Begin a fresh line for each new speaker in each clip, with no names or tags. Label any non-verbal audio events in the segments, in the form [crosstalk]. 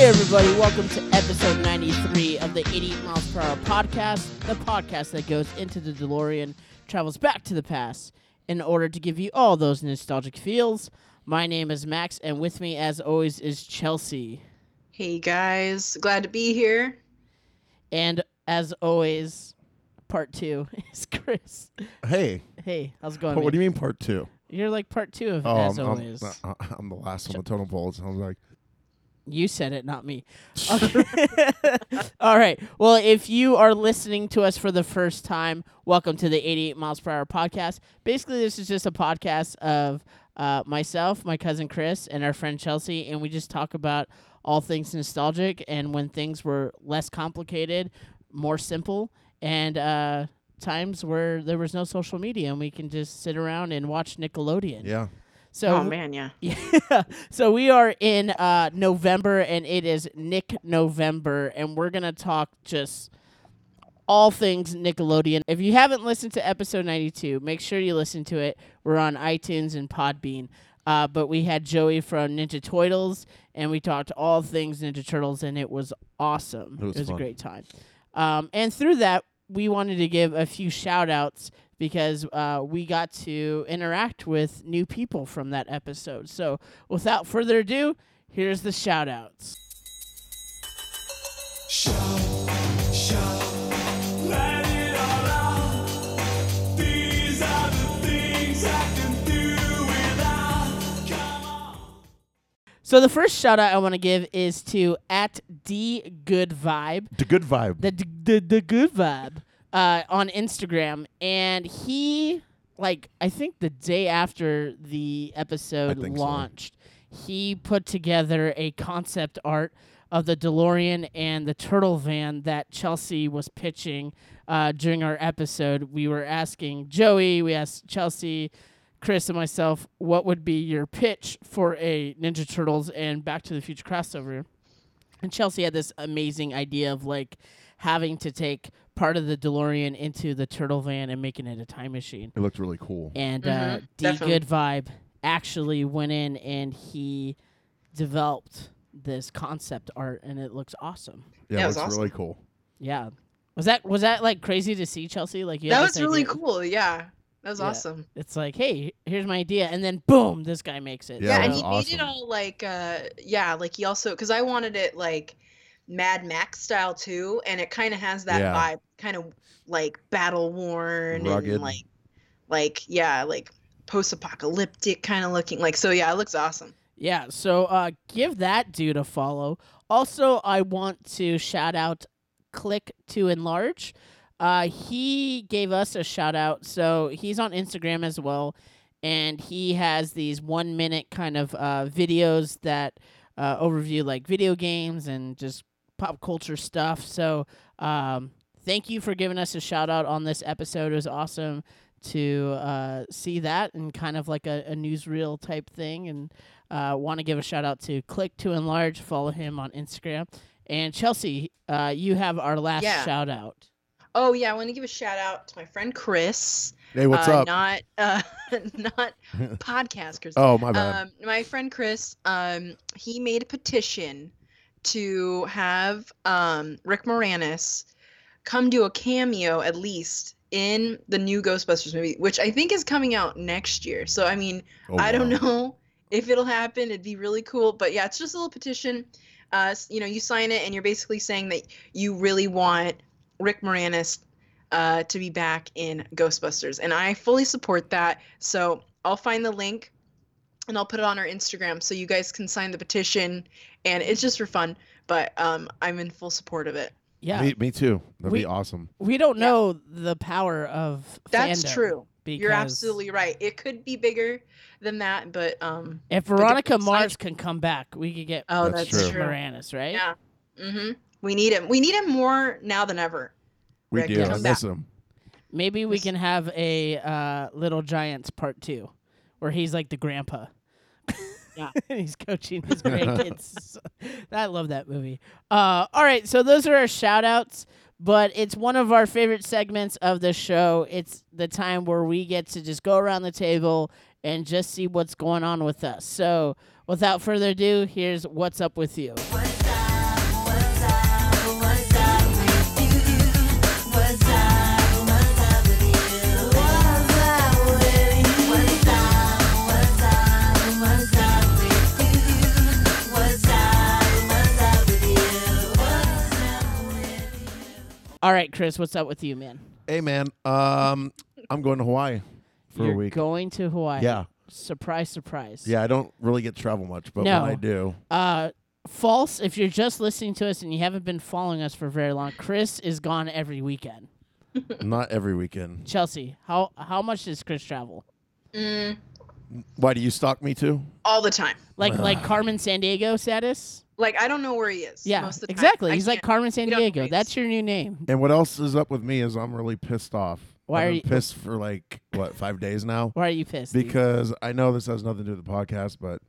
everybody. Welcome to episode 93 of the 88 Miles Per Hour podcast, the podcast that goes into the DeLorean, travels back to the past in order to give you all those nostalgic feels. My name is Max, and with me, as always, is Chelsea.
Hey guys, glad to be here.
And as always, part two [laughs] is Chris.
Hey,
Hey, how's it
pa-
going?
what do you mean part two?
you- are like part two of
Oh,
As
I'm, I'm-
Always.
uh, I'm the last on the totem pole. So I was like,
You said it, not me. Okay. [laughs] All right. Well, if you are listening to us for the first time, welcome to the 88 Miles Per Hour podcast. Basically, this is just a podcast of uh, myself, my cousin Chris, and our friend Chelsea, and we just talk about all things nostalgic and when things were less complicated, more simple, and uh, times where there was no social media and we can just sit around and watch Nickelodeon.
yeah,
So
oh man, yeah.
[laughs] yeah. So we are in uh, November, and it is Nick November, and we're gonna talk just all things Nickelodeon. If you haven't listened to episode ninety-two, make sure you listen to it. We're on iTunes and Podbean. Uh, but we had Joey from Ninja Turtles, and we talked all things Ninja Turtles, and it was awesome.
It was
a
fun.
great time. Um, and through that, we wanted to give a few shout outs because uh, we got to interact with new people from that episode. So without further ado, here's the shout outs.
Let it all out. These are the things I can do without. Come on.
So the first shout out I want to give is to at D Good Vibe.
the good vibe.
the the, the good vibe uh, on Instagram, and he like I think the day after the episode
I think so.
launched, he put together a concept art of the DeLorean and the turtle van that Chelsea was pitching uh, during our episode. We were asking Joey, we asked Chelsea. Chris and myself, what would be your pitch for a Ninja Turtles and Back to the Future crossover? And Chelsea had this amazing idea of like having to take part of the DeLorean into the turtle van and making it a time machine.
it looked really cool.
And uh,
Mhm,
D
definitely.
Good Vibe actually went in and he developed this concept art, and it looks awesome.
Yeah,
Yeah,
it
it
looks
was
really cool.
Yeah, was that was that like crazy to see Chelsea? Like you had
that
this
was really
idea.
cool. Yeah, that was
Yeah.
awesome.
It's like, hey, here's my idea, and then boom, this guy makes it.
Yeah,
Yeah,
it
and
was
he made it
awesome.
all like, uh, yeah, like he also because I wanted it like Mad Max style too, and it kind of has that
Yeah.
vibe, kind of like battle worn
Rugged.
and like, like yeah, like post apocalyptic kind of looking. Like so, yeah, it looks awesome.
Yeah, so uh, give that dude a follow. Also, I want to shout out Click to Enlarge. Uh, he gave us a shout out, so he's on Instagram as well, and he has these one minute kind of uh, videos that uh, overview like video games and just pop culture stuff. So, um, thank you for giving us a shout out on this episode. It was awesome to uh, see that and kind of like a, a newsreel type thing and uh, want to give a shout out to Click to Enlarge. Follow him on Instagram. And Chelsea, uh, you have our last
Yeah.
shout out.
Oh yeah, I want to give a shout out to my friend Chris.
Hey, what's
uh,
up?
Not uh, [laughs] not podcast Chris.
oh, my bad.
um, my friend Chris, um, he made a petition to have um, Rick Moranis come do a cameo at least in the new Ghostbusters movie, which I think is coming out next year. So I mean,
Oh,
I don't
wow.
know [laughs] if it'll happen. It'd be really cool, but yeah, it's just a little petition. Uh, s- you know, you sign it, and you're basically saying that you really want Rick Moranis uh, to be back in Ghostbusters, and I fully support that. So I'll find the link, and I'll put it on our Instagram so you guys can sign the petition, and it's just for fun. But um, I'm in full support of it.
Yeah,
Me, me too. That'd
We-
be awesome.
we don't
Yeah.
know the power of
That's
fandom
true.
Because
You're absolutely right. It could be bigger than that, but um,
If
the
Veronica
science-
Mars can come back, we could get
oh,
That's
that's,
true.
true.
Moranis, right?
Yeah. Mm-hmm. We need him. We need him more now than ever.
We
Rick,
do. I
come
miss
back.
him.
Maybe we
Yes.
can have a uh, Little Giants part two, where he's like the grandpa. [laughs]
Yeah.
he's coaching
[laughs]
his grandkids. I love that movie. Uh, all right, so those are our shout outs, but it's one of our favorite segments of the show. It's the time where we get to just go around the table and just see what's going on with us. So without further ado, here's What's Up With You.
What's up?
All right, Chris, what's up with you, man?
Hey, man. Um, I'm going to Hawaii for
You're
a week.
going to Hawaii.
yeah,
Surprise, surprise.
yeah. I don't really get to travel much, but
No.
when I do,
Uh, false. If you're just listening to us and you haven't been following us for very long, Chris is gone every weekend.
not every weekend.
Chelsea, how how much does Chris travel?
Mm,
Why do you stalk me too?
all the time.
Like like Carmen San Diego status?
Like I don't know where he is.
Yeah,
most of the time.
exactly.
I
He's like
can't-
Carmen San
we don't know
Diego.
where he
That's
is.
your new name. [laughs]
And what else is up with me is I'm really pissed off.
Why
I've
are
been
you-
pissed for like what five days now?
[laughs] Why are you pissed? dude?
Because I know this has nothing to do with the podcast, but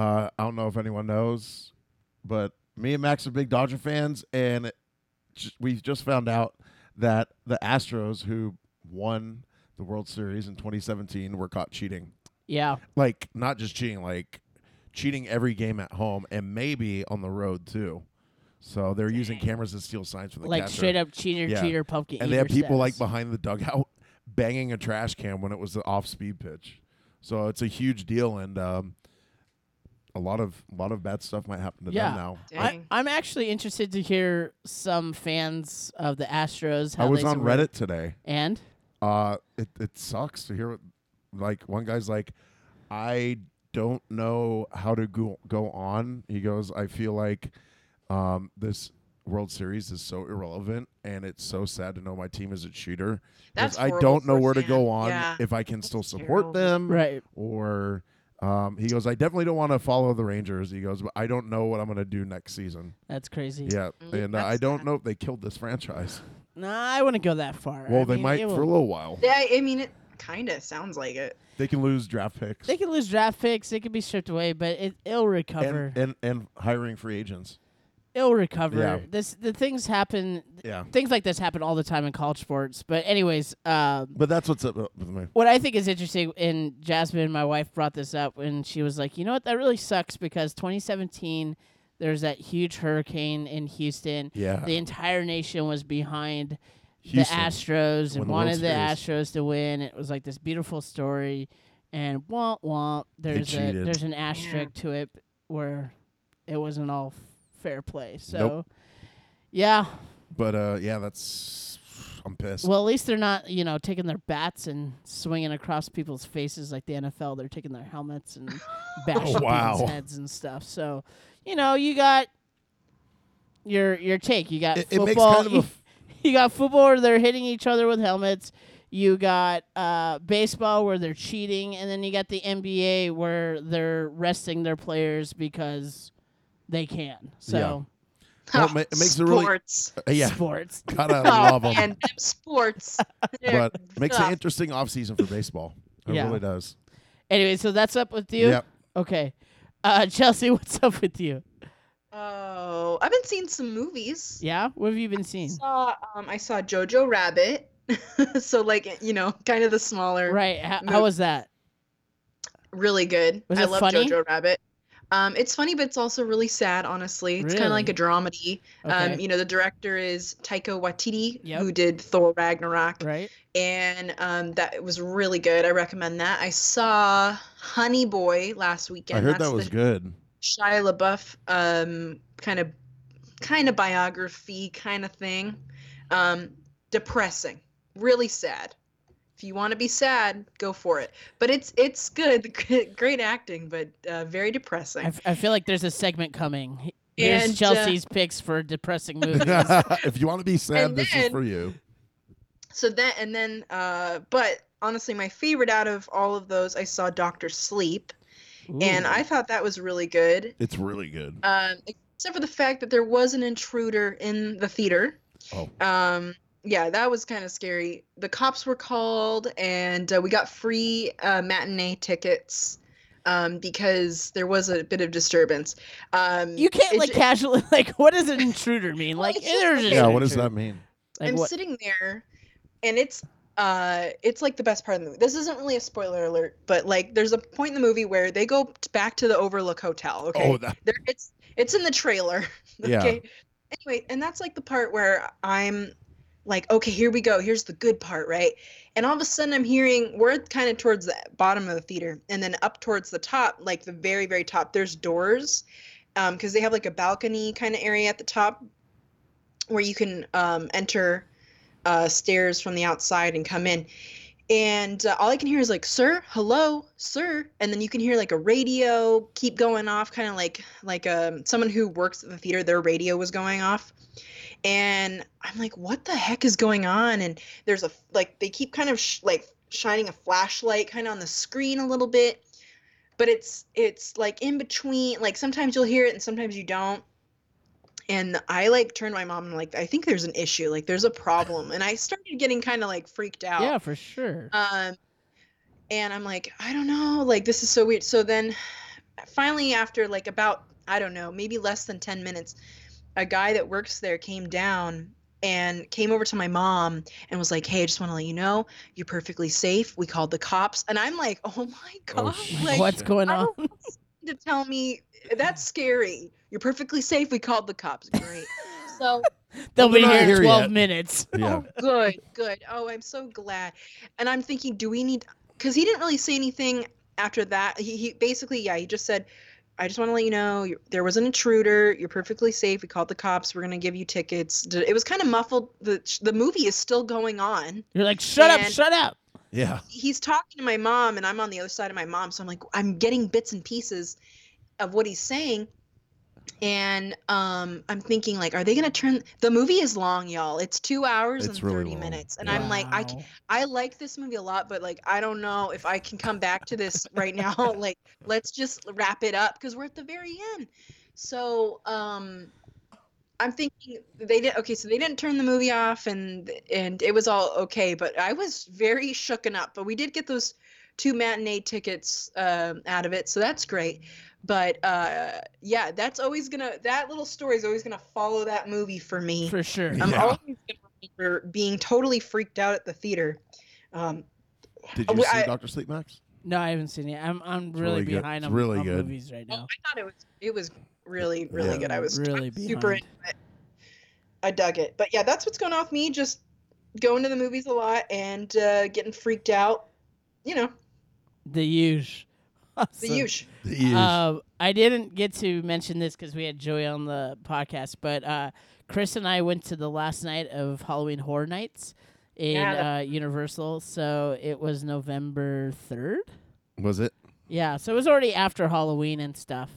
uh, I don't know if anyone knows, but me and Max are big Dodger fans, and it, j- we just found out that the Astros, who won the World Series in 2017, were caught cheating.
yeah,
Like not just cheating, like cheating every game at home and maybe on the road too. So they're using cameras to steal signs from the
like
catcher
straight up cheater,
Yeah.
cheater, pumpkin.
and they had
eater
people like
status.
behind the dugout [laughs] banging a trash can when it was the off-speed pitch. So it's a huge deal, and um, a lot of a lot of bad stuff might happen to
Yeah.
them now.
I,
Dang.
I'm actually interested to hear some fans of the Astros. How
I was
they
on
support-
Reddit today.
and
Uh, it it sucks to hear. What, like one guy's like, I don't know how to go go on. He goes, I feel like um, this World Series is so irrelevant, and it's so sad to know my team is a cheater. 'cause
That's
I
horrible
don't know
for a
where to
fan.
go on
Yeah.
if I can still
That's
support
terrible.
them.
right,
or um, he goes, I definitely don't want to follow the Rangers. He goes, but I don't know what I'm going to do next season.
that's crazy.
Yeah,
Mm,
and uh, I
that's
don't
sad.
know if they killed this franchise.
Nah, I wouldn't go that far.
Well,
I
they
mean,
might
it
for a
will-
little while.
Yeah, I mean it kind of sounds like it.
They can lose draft picks
They could lose draft picks. They could be stripped away, but it, it'll recover.
and, and and hiring free agents.
it'll recover.
Yeah.
This the things happen.
Yeah,
Things like this happen all the time in college sports. But anyways, um,
but that's what's up with me.
what I think is interesting, and Jasmine, my wife, brought this up when she was like, you know what, that really sucks because 2017, there's that huge hurricane in Houston.
Yeah,
The entire nation was behind
Houston.
the Astros
win
and
the
wanted
World
the
Series.
Astros to win. It was like this beautiful story, and womp womp. There's a
cheated.
there's an asterisk to it where it wasn't all f- fair play. So, yeah.
but uh, yeah, that's I'm pissed.
Well, at least they're not you know taking their bats and swinging across people's faces like the NFL. They're taking their helmets and [laughs] bashing
Oh, wow.
people's heads and stuff. So, you know, you got your your take. You got
It- it
football.
makes kind of a f-
you got football where they're hitting each other with helmets. You got uh, baseball where they're cheating, and then you got the NBA where they're resting their players because they can. So
Well,
[laughs]
it ma- it makes it really- [laughs]
sports
[laughs]
yeah,
sports.
gotta love 'em.
and [laughs] them sports.
[laughs]
They're
But it makes
tough.
an interesting offseason for baseball. It
uh, Yeah.
really does.
Anyway, so that's up with you.
Yep.
Okay. Uh, [laughs] Chelsea, what's up with you?
Oh, I've been seeing some movies.
Yeah, what have you been seeing?
saw um I saw Jojo Rabbit. [laughs] so like you know, kind of the smaller,
Right. How,
Move.
how was that?
really good.
Was
I
it
love
funny?
Jojo Rabbit. Um, it's funny, but it's also really sad. Honestly, it's kind of like a dramedy.
Okay.
Um, you know, the director is Taika Waititi,
Yep.
who did Thor Ragnarok,
right.
and um, that was really good. I recommend that. I saw Honey Boy last weekend.
I heard
That's
that was
[laughs]
the
good.
Shia LaBeouf um, kind of kind of biography kind of thing. Um, depressing, really sad. If you want to be sad, go for it. But it's it's good, [laughs] great acting, but uh, very
I,
depressing.
f- I feel like there's a segment coming. Here's
And, uh,
Chelsea's picks for depressing movies.
[laughs] if you want to be sad,
And
this is
then-
for you.
so that and then, uh, but honestly, my favorite out of all of those, I saw Doctor Sleep, [laughs] and
Ooh.
I thought that was really good.
It's really
Uh,
good.
Um, except for the fact that there was an intruder in the theater.
Oh.
Um, yeah, that was kind of scary. The cops were called, and uh, we got free uh, matinee tickets um, because there was a bit of disturbance. Um,
You can't
it
like
ju-
casually [laughs] like what does an intruder mean? Like
it's just
there's
like-
an
Yeah, what does
intruder.
that mean?
Like
I'm
what?
sitting there, and it's uh, it's like the best part of the movie. This isn't really a spoiler alert, but like there's a point in the movie where they go t- back to the Overlook Hotel. Okay,
Oh, that,
there it's it's in the trailer [laughs]
Yeah.
okay anyway and that's like the part where i'm like okay here we go here's the good part right and all of a sudden i'm hearing we're kind of towards the bottom of the theater and then up towards the top like the very very top there's doors um because they have like a balcony kind of area at the top where you can um enter uh, stairs from the outside and come in. And uh, all I can hear is like, "Sir, hello, sir," and then you can hear like a radio keep going off, kind of like like um, someone who works at the theater. Their radio was going off, and I'm like, "What the heck is going on?" And there's a like they keep kind of sh- like shining a flashlight kind of on the screen a little bit, but it's it's like in between. Like sometimes you'll hear it and sometimes you don't and I like turned to my mom and like I think there's an issue, like there's a problem, and I started getting kind of like freaked out.
Yeah, for [laughs] sure.
Um, and I'm like, I don't know, like this is so weird. So then, finally, after like about I don't know, maybe less than ten minutes, a guy that works there came down and came over to my mom and was like, Hey, I just want to let you know you're perfectly safe. We called the cops, and I'm like, Oh my
Oh,
god,
shit.
like
What's going
I
on?
don't want someone to tell me that's scary. You're perfectly safe. We called the cops.
[laughs]
Great. So
They'll be
They're not
here in
here
12
yet.
minutes.
[laughs] Yeah.
good, good. Oh, I'm so glad. And I'm thinking, do we need? Because he didn't really say anything after that. He, he basically, yeah, he just said, "I just want to let you know you there was an intruder. You're perfectly safe. We called the cops. We're gonna give you tickets." D- It was kind of muffled. the The movie is still going on.
[laughs] You're like, shut up,
And-
shut up.
Yeah.
he's talking to my mom and I'm on the other side of my mom, so I'm like I'm getting bits and pieces of what he's saying. And um, I'm thinking like, are they gonna turn the movie is long, y'all. It's two hours
It's
and
really
thirty
long,
minutes. And
yeah.
I'm like, I c-
Wow.
I like this movie a lot, but like I don't know if I can come back to this right now. [laughs] like let's just wrap it up because we're at the very end. So um I'm thinking they did okay, so they didn't turn the movie off and and it was all okay, but I was very shooken up. But we did get those two matinee tickets um, out of it, so that's great. But uh, yeah, that's always gonna that little story is always gonna follow that movie for me.
For sure.
I'm
Yeah.
always gonna remember being totally freaked out at the theater. Um,
Did
Uh,
you
we-
see
I-
Doctor Sleep Max?
No, I haven't seen it. I'm I'm really,
really good.
behind
It's
on,
really
on
good.
movies right now.
I thought it was it was really Oh, really
Yeah.
good. I was I
Really
was super
behind.
into it. I dug it. But yeah, that's what's going on with me. Just going to the movies a lot and uh, getting freaked out. You know
The Huge.
the
Awesome.
huge.
The ears.
Um, I didn't get to mention this because we had Joey on the podcast, but uh, Chris and I went to the last night of Halloween Horror Nights in
Yeah, that-
uh, Universal. So it was November 3rd.
was it?
Yeah, so it was already after Halloween and stuff.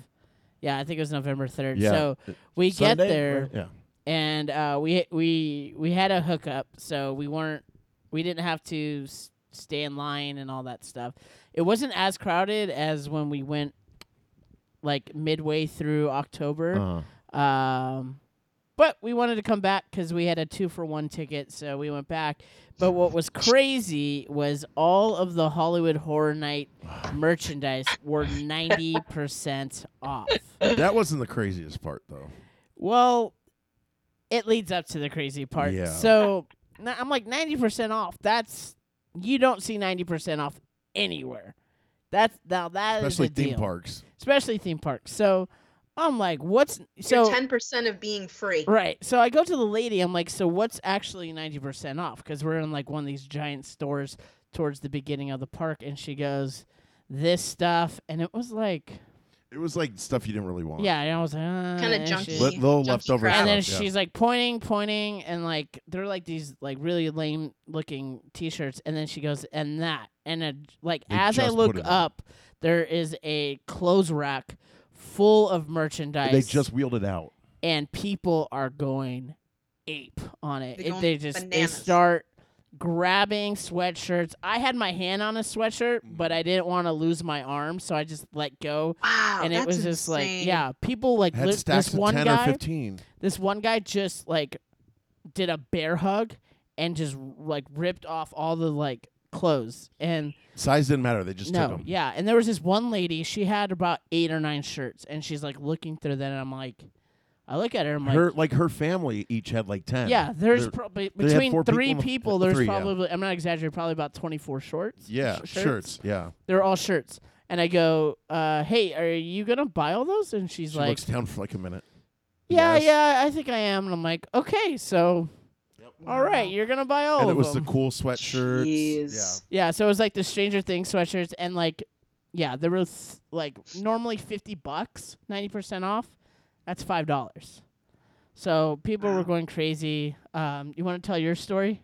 Yeah, I think it was November 3rd.
Yeah.
So we
Sunday?
get there
Yeah.
and uh, we we we had a hookup, so we weren't we didn't have to s- stay in line and all that stuff. It wasn't as crowded as when we went like midway through October.
Uh-huh.
Um, but we wanted to come back because we had a two for one ticket, so we went back. But what was crazy was all of the Hollywood Horror Night merchandise were ninety percent off.
That wasn't the craziest part though.
Well, it leads up to the crazy part.
Yeah.
So n- I'm like 90% off. That's you don't see 90% off anywhere. That's now that is
Especially
a
theme
deal.
parks.
Especially theme parks. So I'm like, what's
You're
so
ten percent of being free.
right? So I go to the lady. I'm like, so what's actually 90% off? Because we're in like one of these giant stores towards the beginning of the park, and she goes, this stuff, and it was like,
It was like stuff you didn't really want.
yeah, and I was like, uh,
Kind of
and
junky.
she-
Li- little
junky
leftover
crap.
and then
stuff, yeah.
she's like pointing, pointing, and like they're like these like really lame looking T-shirts. And then she goes, and that, and a, like
They
as I
just put
look
it up.
up, there is a clothes rack full of merchandise,
They just wheeled it out.
and people are going ape on it.
They're
It-
going
they just they
bananas.
start grabbing sweatshirts. I had my hand on a sweatshirt, but
Mm.
I didn't want to lose my arm, so I just let go.
Wow,
and
Oh, that's
it was just like,
insane.
yeah, people like
Had
li-
stacks
this
of
one
ten
guy
or fifteen.
this one guy just like did a bear hug and just like ripped off all the like clothes and
Size didn't matter. They just took
no
them.
yeah and there was this one lady she had about eight or nine shirts and she's like looking through them and i'm like i look at her i'm like
her like her family each had like ten.
yeah there's
They're-
probably
they had
between
four people
three
in
people,
the- uh,
there's
three, yeah.
probably i'm not exaggerating probably about 24 shorts
yeah
sh-
shirts. Yeah,
they're all shirts and i go uh hey are you gonna buy all those and she's
she
like
looks down for like a minute.
yeah
Yes.
yeah i think i am and i'm like okay so all right you're gonna buy all
and it
of
was
them
the cool sweatshirts.
Jeez.
Yeah, so it was like the Stranger Things sweatshirts and like yeah, there was like normally 50 bucks, 90% off. That's $5. So people were
Wow.
going crazy. Um you want to tell your story?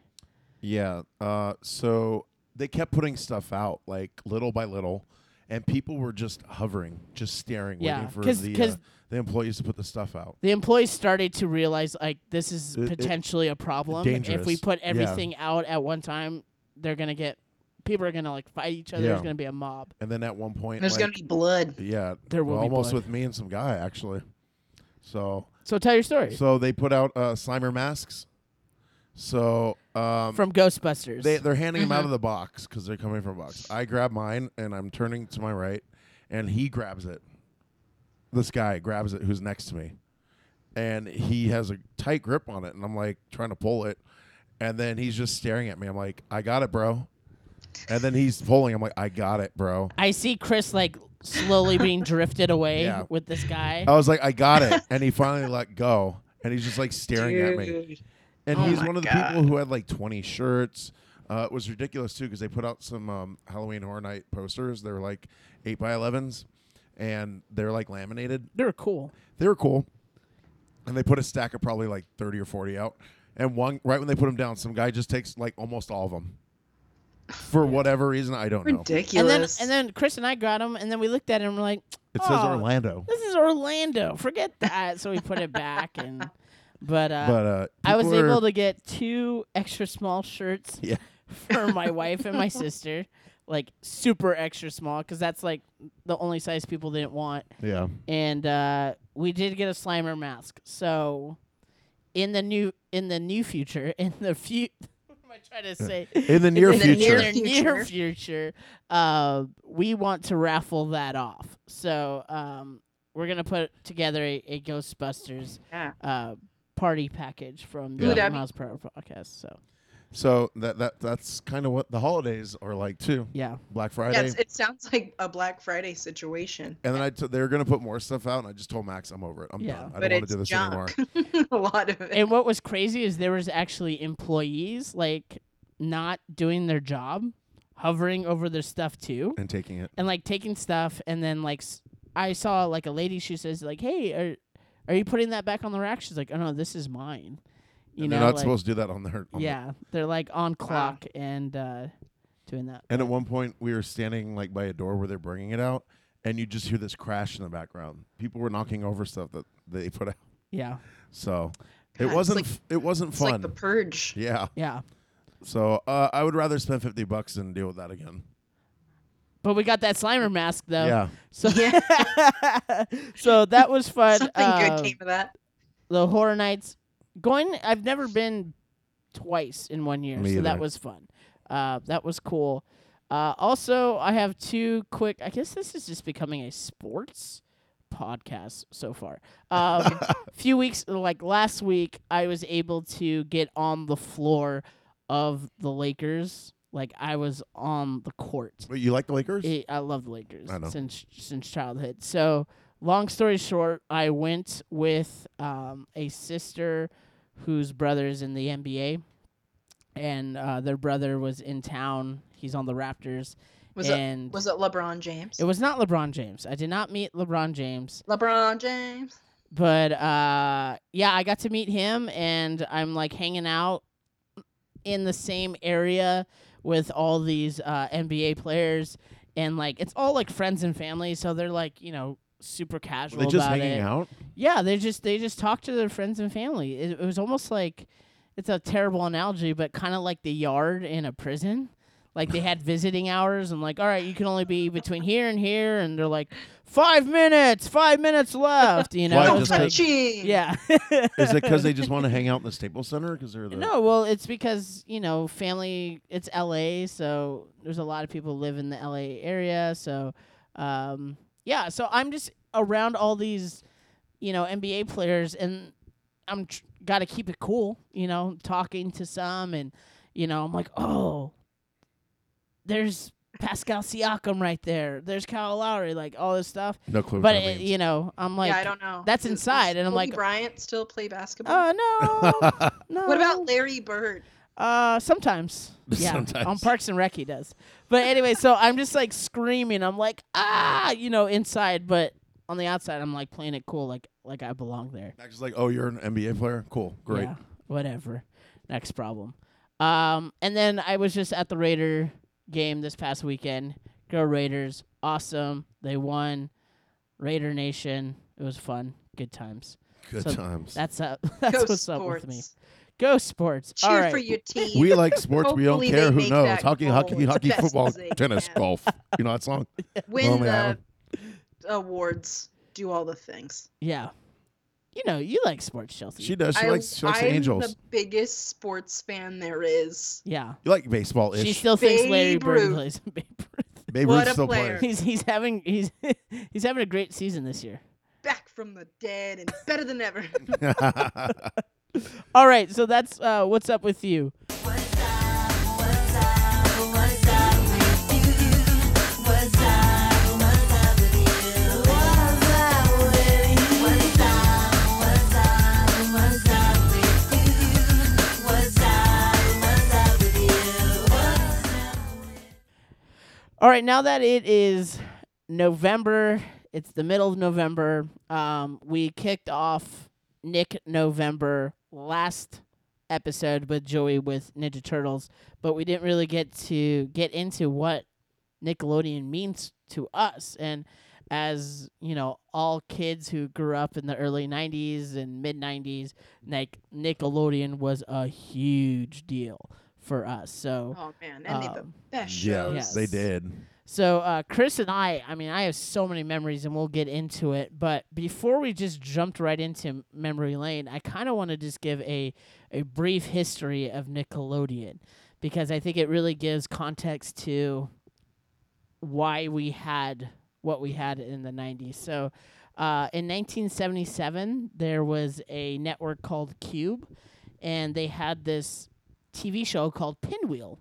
Yeah. Uh, so they kept putting stuff out like little by little, and people were just hovering, just staring,
Yeah,
waiting for
'cause-
the
'cause-
uh, the employees to put the stuff out.
The employees started to realize like this is
It- it-
potentially a problem. If we
dangerous.
put
Yeah.
everything out at one time, they're gonna get people are gonna like fight each other. There's
Yeah.
gonna be a mob.
And then at one point,
There's
like,
gonna be blood.
yeah,
There will
well,
be
almost
blood.
with me and some guy actually. So
So tell your story
so they put out uh, Slimer masks. So um,
from Ghostbusters.
They they're handing them out
Mhm.
of the box because they're coming from a box. I grab mine and I'm turning to my right, and he grabs it. This guy grabs it who's next to me, and he has a tight grip on it, and I'm like trying to pull it, and then he's just staring at me. I'm like, I got it, bro. And then he's pulling. I'm like, I got it, bro.
I see Chris like
[laughs]
slowly being drifted away
Yeah. Oh.
with this guy.
I was like, I got it, and he finally let go, and he's just like staring at me.
Dude.
And
Oh
he's
my
one of the
God.
people who had like 20 shirts. Uh, it was ridiculous too because they put out some um, Halloween Horror Night posters. They were like eight by 11s, and they're like laminated.
they were cool.
They were cool, and they put a stack of probably like 30 or 40 out. And one right when they put them down, some guy just takes like almost all of them for whatever reason. I don't know.
And then
Ridiculous.
and then Chris and I got him, and then we looked at him. and We're like,
It says
"Aw,
Orlando,
This is Orlando. Forget that. so we put it back, and but uh,
but uh,
I was
people are-
able to get two extra small shirts
Yeah.
for
[laughs]
my wife and my sister, like super extra small, because that's like the only size people didn't want.
yeah.
And uh, we did get a Slimer mask. So in the new in the new future, [laughs] in the few, what am I trying to say?
In the near
in
future,
The near, near
Future.
future, uh, we want to raffle that off. So um, we're gonna put together a, a Ghostbusters
Yeah.
uh, party package
Yeah.
from the
Ooh,
yeah.
that'd
Miles Per Hour podcast. So
so that that that's kind of what the holidays are like too.
yeah,
Black Friday.
yeah, it's, it sounds like a Black Friday situation.
And then I t- they're gonna put more stuff out, and I just told Max I'm over it. I'm
Yeah.
done. I
but
don't want
it's
to do this anymore.
junk. [laughs] a lot of it.
and what was crazy is there was actually employees like not doing their job, hovering over their stuff too,
And taking it.
and like taking stuff, and then like s- I saw like a lady. She says like, "Hey, are are you putting that back on the rack?" She's like, "Oh no, this is mine." You
and
know,
they're not
like,
supposed to do that on their. On the-
yeah, they're like on clock and uh, doing that.
and at one point, we were standing like by a door where they're bringing it out, and you just hear this crash in the background. People were knocking over stuff that they [laughs] put out.
Yeah,
So
God,
it
it's
wasn't.
like-
f- it wasn't
it's
fun.
like the purge.
yeah.
yeah.
So uh, I would rather spend fifty bucks than deal with that again.
But we got that Slimer mask though.
Yeah.
So [laughs] so that was fun.
Something
Um,
good came of that.
The Horror Nights. Going I've never been twice in one year,
Me
so that
either.
was fun. Uh, that was cool. Uh, also I have two quick I guess this is just becoming a sports podcast so far. Um
[laughs]
few weeks like last week I was able to get on the floor of the Lakers. Like I was on the court.
But you like the Lakers?
It, I love the Lakers
I know.
since since childhood. So long story short, I went with um, a sister whose brother is in the NBA, and uh, their brother was in town. He's on the Raptors,
Was it
and
was it LeBron James?
it was not LeBron James. I did not meet LeBron James,
LeBron James.
but uh, yeah, I got to meet him, and I'm like hanging out in the same area with all these uh, NBA players, and like it's all like friends and family, so they're like you know super
Were
casual
they just
about
hanging
it.
out.
Yeah, they just they just talk to their friends and family. It, it was almost like it's a terrible analogy, but kind of like the yard in a prison. Like they had visiting hours and like, all right, you can only be between here and here, and they're like, five minutes, five minutes left. You know,
Why,
No
It's
just
like-
like-
touching.
yeah.
Is it
[laughs]
because they just want to hang out in the Staples Center? Because they're the
No, well, it's because you know family. It's L.A., so there's a lot of people live in the L.A. area. So, um, yeah. So I'm just around all these, you know, NBA players, and I'm tr- got to keep it cool. You know, talking to some, and you know, I'm like, oh, there's Pascal Siakam right there. There's Kyle Lowry, like all this stuff.
no clue. what
But uh,
that
it,
means.
you know, I'm like,
yeah, I don't know.
that's
Does- does
inside, and I'm
Kobe
like-
Bryant still play basketball?
oh
[laughs]
no, no.
what about Larry Bird?
[laughs]
Uh, sometimes. Yeah. On
Sometimes.
Parks and Rec, he does. But anyway, so I'm just like screaming. I'm like, ah, you know, inside, but on the outside, I'm like playing it cool, like like I belong there.
Max is like, oh, you're an NBA player. Cool, great.
Yeah, whatever. Next problem. Um, and then I was just at the Raider game this past weekend. Go Raiders! Awesome. They won. Raider Nation. It was fun. Good times.
Good
So
times.
That's up. [laughs] [laughs] That's
Go
what's
sports.
up with me. Go sports.
Cheer
All right.
for your team. [laughs]
We like sports. we don't
Hopefully
care
they
who
make
knows.
that
Hockey,
goal.
hockey,
It's
hockey,
the best
football,
they
tennis,
can.
golf. You know that song?
Win
Lonely
the
Island.
awards. Do all the things.
Yeah. You know, you like sports, Chelsea.
She does. She likes she likes the
I'm
Angels.
the biggest sports fan there is.
yeah.
You like baseball
She
ish.
still thinks Larry
Babe
Bird
Ruth.
plays [laughs] Babe Ruth.
Babe
What
Ruth's
a
still
player.
playing.
He's he's having he's [laughs] he's having a great season this year.
Back from the dead and better
[laughs]
than ever.
All right, so that's uh, what's up with you. All right, now that it is November, it's the middle of November. Um, we kicked off Nick November last episode with Joey with Ninja Turtles, but we didn't really get to get into what Nickelodeon means to us. And as you know, all kids who grew up in the early '90s and mid '90s, like Nickelodeon was a huge deal for us. So.
oh man, and they the
um,
best
yeah,
shows.
Yes.
they did.
So uh, Chris and I, I mean, I have so many memories, and we'll get into it. But before we just jumped right into memory lane, I kind of want to just give a a brief history of Nickelodeon because I think it really gives context to why we had what we had in the '90s. So. Uh, in 1977, there was a network called Cube, and they had this TV show called Pinwheel.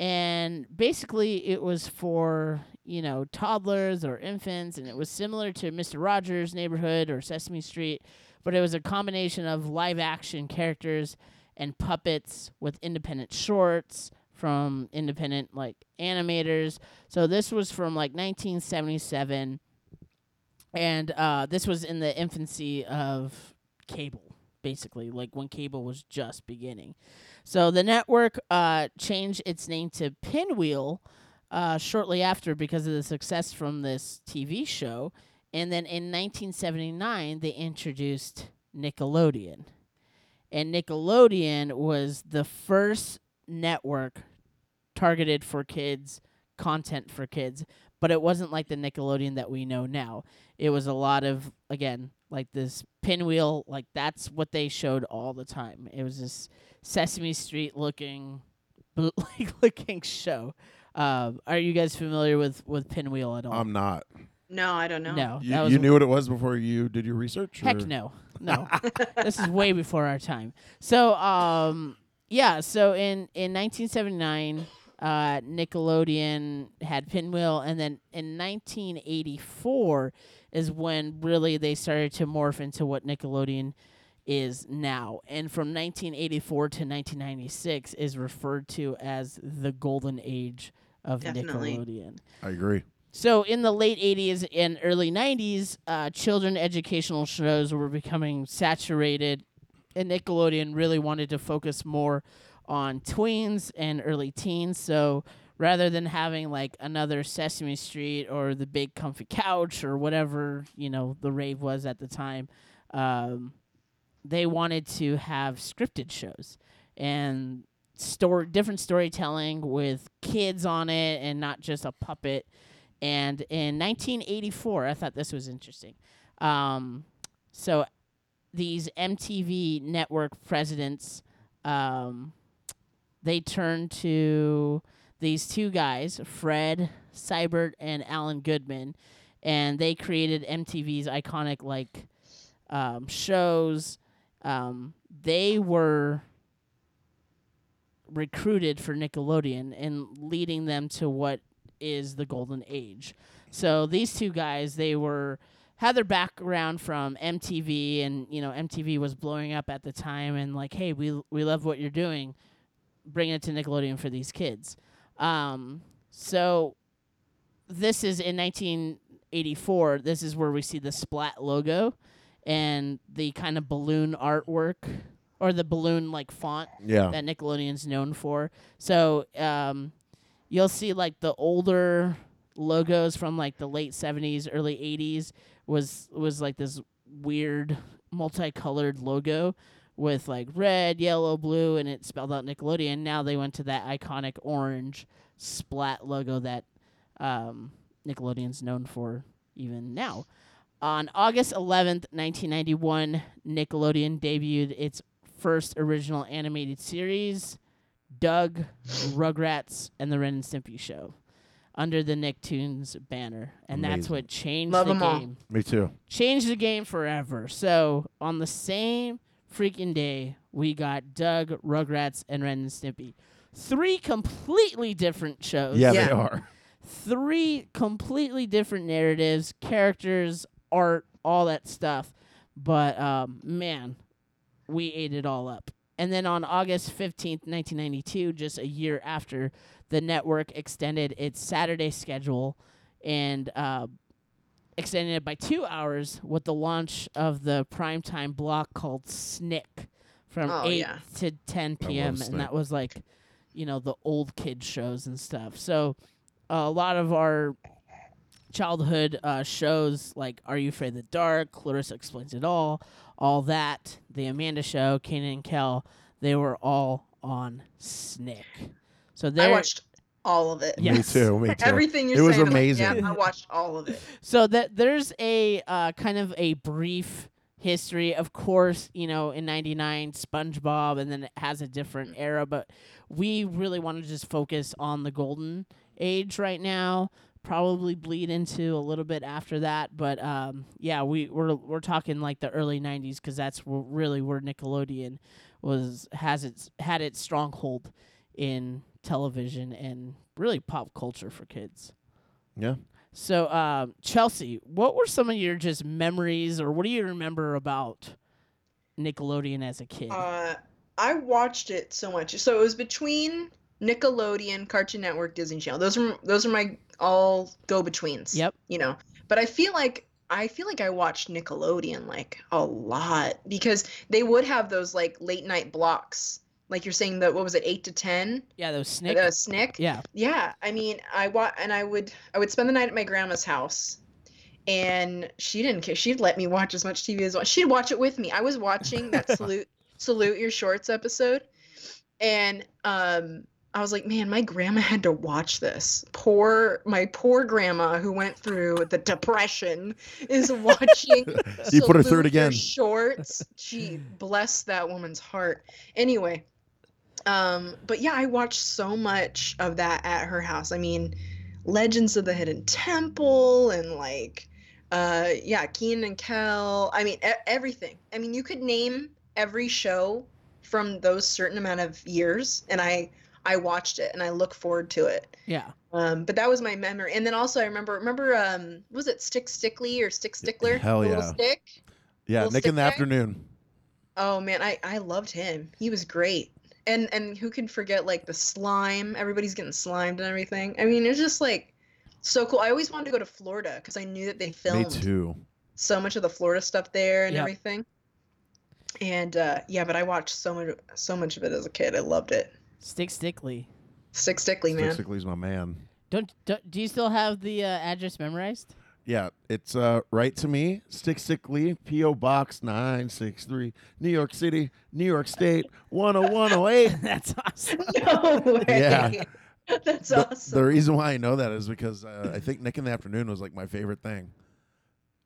And basically, it was for, you know, toddlers or infants, and it was similar to Mr. Rogers' Neighborhood or Sesame Street, but it was a combination of live action characters and puppets with independent shorts from independent, like, animators. So this was from, like, 1977, and uh, this was in the infancy of cable, basically, like when cable was just beginning. So the network uh, changed its name to Pinwheel uh, shortly after because of the success from this TV show. And then in 1979, they introduced Nickelodeon. And Nickelodeon was the first network targeted for kids, content for kids. But it wasn't like the Nickelodeon that we know now. It was a lot of, again, like this pinwheel, like that's what they showed all the time. It was this Sesame Street looking [laughs] bootleg looking show. Um, are you guys familiar with with Pinwheel at all?
I'm not.
No, I don't know.
no, Oh, that
Um, You,
was
you knew what it was before you did your research?
heck
or-
no, no. this is way before our time. So um, yeah. So in in 1979, uh, Nickelodeon had Pinwheel, and then in 1984 is when really they started to morph into what Nickelodeon is now. And from 1984 to 1996 is referred to as the golden age of
Definitely.
Nickelodeon.
I agree.
So in the late 80s and early 90s, uh, children educational shows were becoming saturated, and Nickelodeon really wanted to focus more on tweens and early teens. So rather than having like another Sesame Street or the Big Comfy Couch or whatever you know the rave was at the time, um, they wanted to have scripted shows and story different storytelling with kids on it and not just a puppet and in 1984 i thought this was interesting um, so these mtv network presidents um, they turned to these two guys fred seibert and alan goodman and they created mtv's iconic like um, shows um, they were recruited for nickelodeon and leading them to what is the golden age. So these two guys, they were had their background from MTV and you know MTV was blowing up at the time and like hey, we we love what you're doing. Bring it to Nickelodeon for these kids. Um so this is in 1984. This is where we see the Splat logo and the kind of balloon artwork or the balloon like font
Yeah.
that Nickelodeon's known for. So um, you'll see like the older logos from like the late seventies, early eighties was was like this weird multicolored logo with like red, yellow, blue, and it spelled out Nickelodeon. Now they went to that iconic orange splat logo that um, Nickelodeon's known for even now. On August 11th, 1991, Nickelodeon debuted its first original animated series, Doug, Rugrats, and the Ren and Stimpy Show, under the Nicktoons banner. And that's
Amazing.
what changed
Love
the
'em all.
game
Me too.
changed the game forever. So on the same freaking day, we got Doug, Rugrats, and Ren and Stimpy. Three completely different shows.
Yeah,
Yeah.
they are.
Three completely different narratives, characters, art, all that stuff. But um, man, we ate it all up. And then on August 15th, 1992, just a year after, the network extended its Saturday schedule and uh, extended it by two hours with the launch of the primetime block called SNICK from
Oh,
8
yeah.
to 10
love
p.m.
SNICK.
And that was like, you know, the old kid shows and stuff. So a lot of our childhood uh, shows like Are You Afraid of the Dark, Clarissa Explains It All, all that, The Amanda Show, Kanan and Kel, they were all on SNICK. So
I
there,
watched all of it.
Yeah. Yes.
Me too. Me
[laughs]
too.
Everything you're
It was
saying, I'm like,
amazing.
[laughs]
yeah, I watched all of it.
so that there's a uh, kind of a brief history. Of course, you know, in '99, SpongeBob, and then it has a different
Mm.
era. But we really want to just focus on the golden age right now. Probably bleed into a little bit after that, but um, yeah, we we're we're talking like the early '90s because that's wh- really where Nickelodeon was has its had its stronghold in television and really pop culture for kids.
Yeah.
So, um, Chelsea, what were some of your just memories, or what do you remember about Nickelodeon as a kid?
Uh, I watched it so much. So it was between Nickelodeon, Cartoon Network, Disney Channel. Those are those are my all go betweens.
Yep.
You know, but I feel like I feel like I watched Nickelodeon like a lot because they would have those like late night blocks. Like you're saying that what was it eight to ten?
yeah, those Snick.
Uh, Snick.
yeah,
Yeah, I mean, I wa- and I would I would spend the night at my grandma's house, and she didn't care. She'd let me watch as much TV as well. She'd watch it with me. I was watching that salute salute your shorts episode, and um, I was like, man, my grandma had to watch this. Poor my poor grandma who went through the depression is [laughs] watching.
You put her through
Salute
it
your
again. [laughs]
Shorts. Gee, bless that woman's heart. Anyway, um, but yeah, I watched so much of that at her house. I mean, Legends of the Hidden Temple and like, uh, yeah, Keenan and Kel. I mean, e- everything. I mean, you could name every show from those certain amount of years, and I I watched it and I look forward to it.
yeah,
Um, but that was my memory. And then also I remember remember um was it Stick Stickly or Stick Stickler?
hell
The little
yeah.
Stick.
Yeah.
Little
Nick in the
stick guy?
afternoon.
Oh man, I I loved him. He was great. And and who can forget like the slime? Everybody's getting slimed and everything. I mean, it's just like so cool. I always wanted to go to Florida because I knew that they
Me
filmed
too.
so much of the Florida stuff there and
Yep.
everything. And uh, yeah, but I watched so much so much of it as a kid. I loved it.
Stick Stickly.
Stick Stickly, man.
Basically's my man.
Don't, don't do you still have the uh, address
[laughs]
memorized?
Yeah, it's uh, right to me, Stick Stick Lee, P.O. Box 963, New York City, New York State, 10108.
That's awesome.
[laughs] No way.
Yeah.
[laughs] That's
the,
awesome.
the reason why I know that is because uh, I think Nick in the Afternoon was like my favorite thing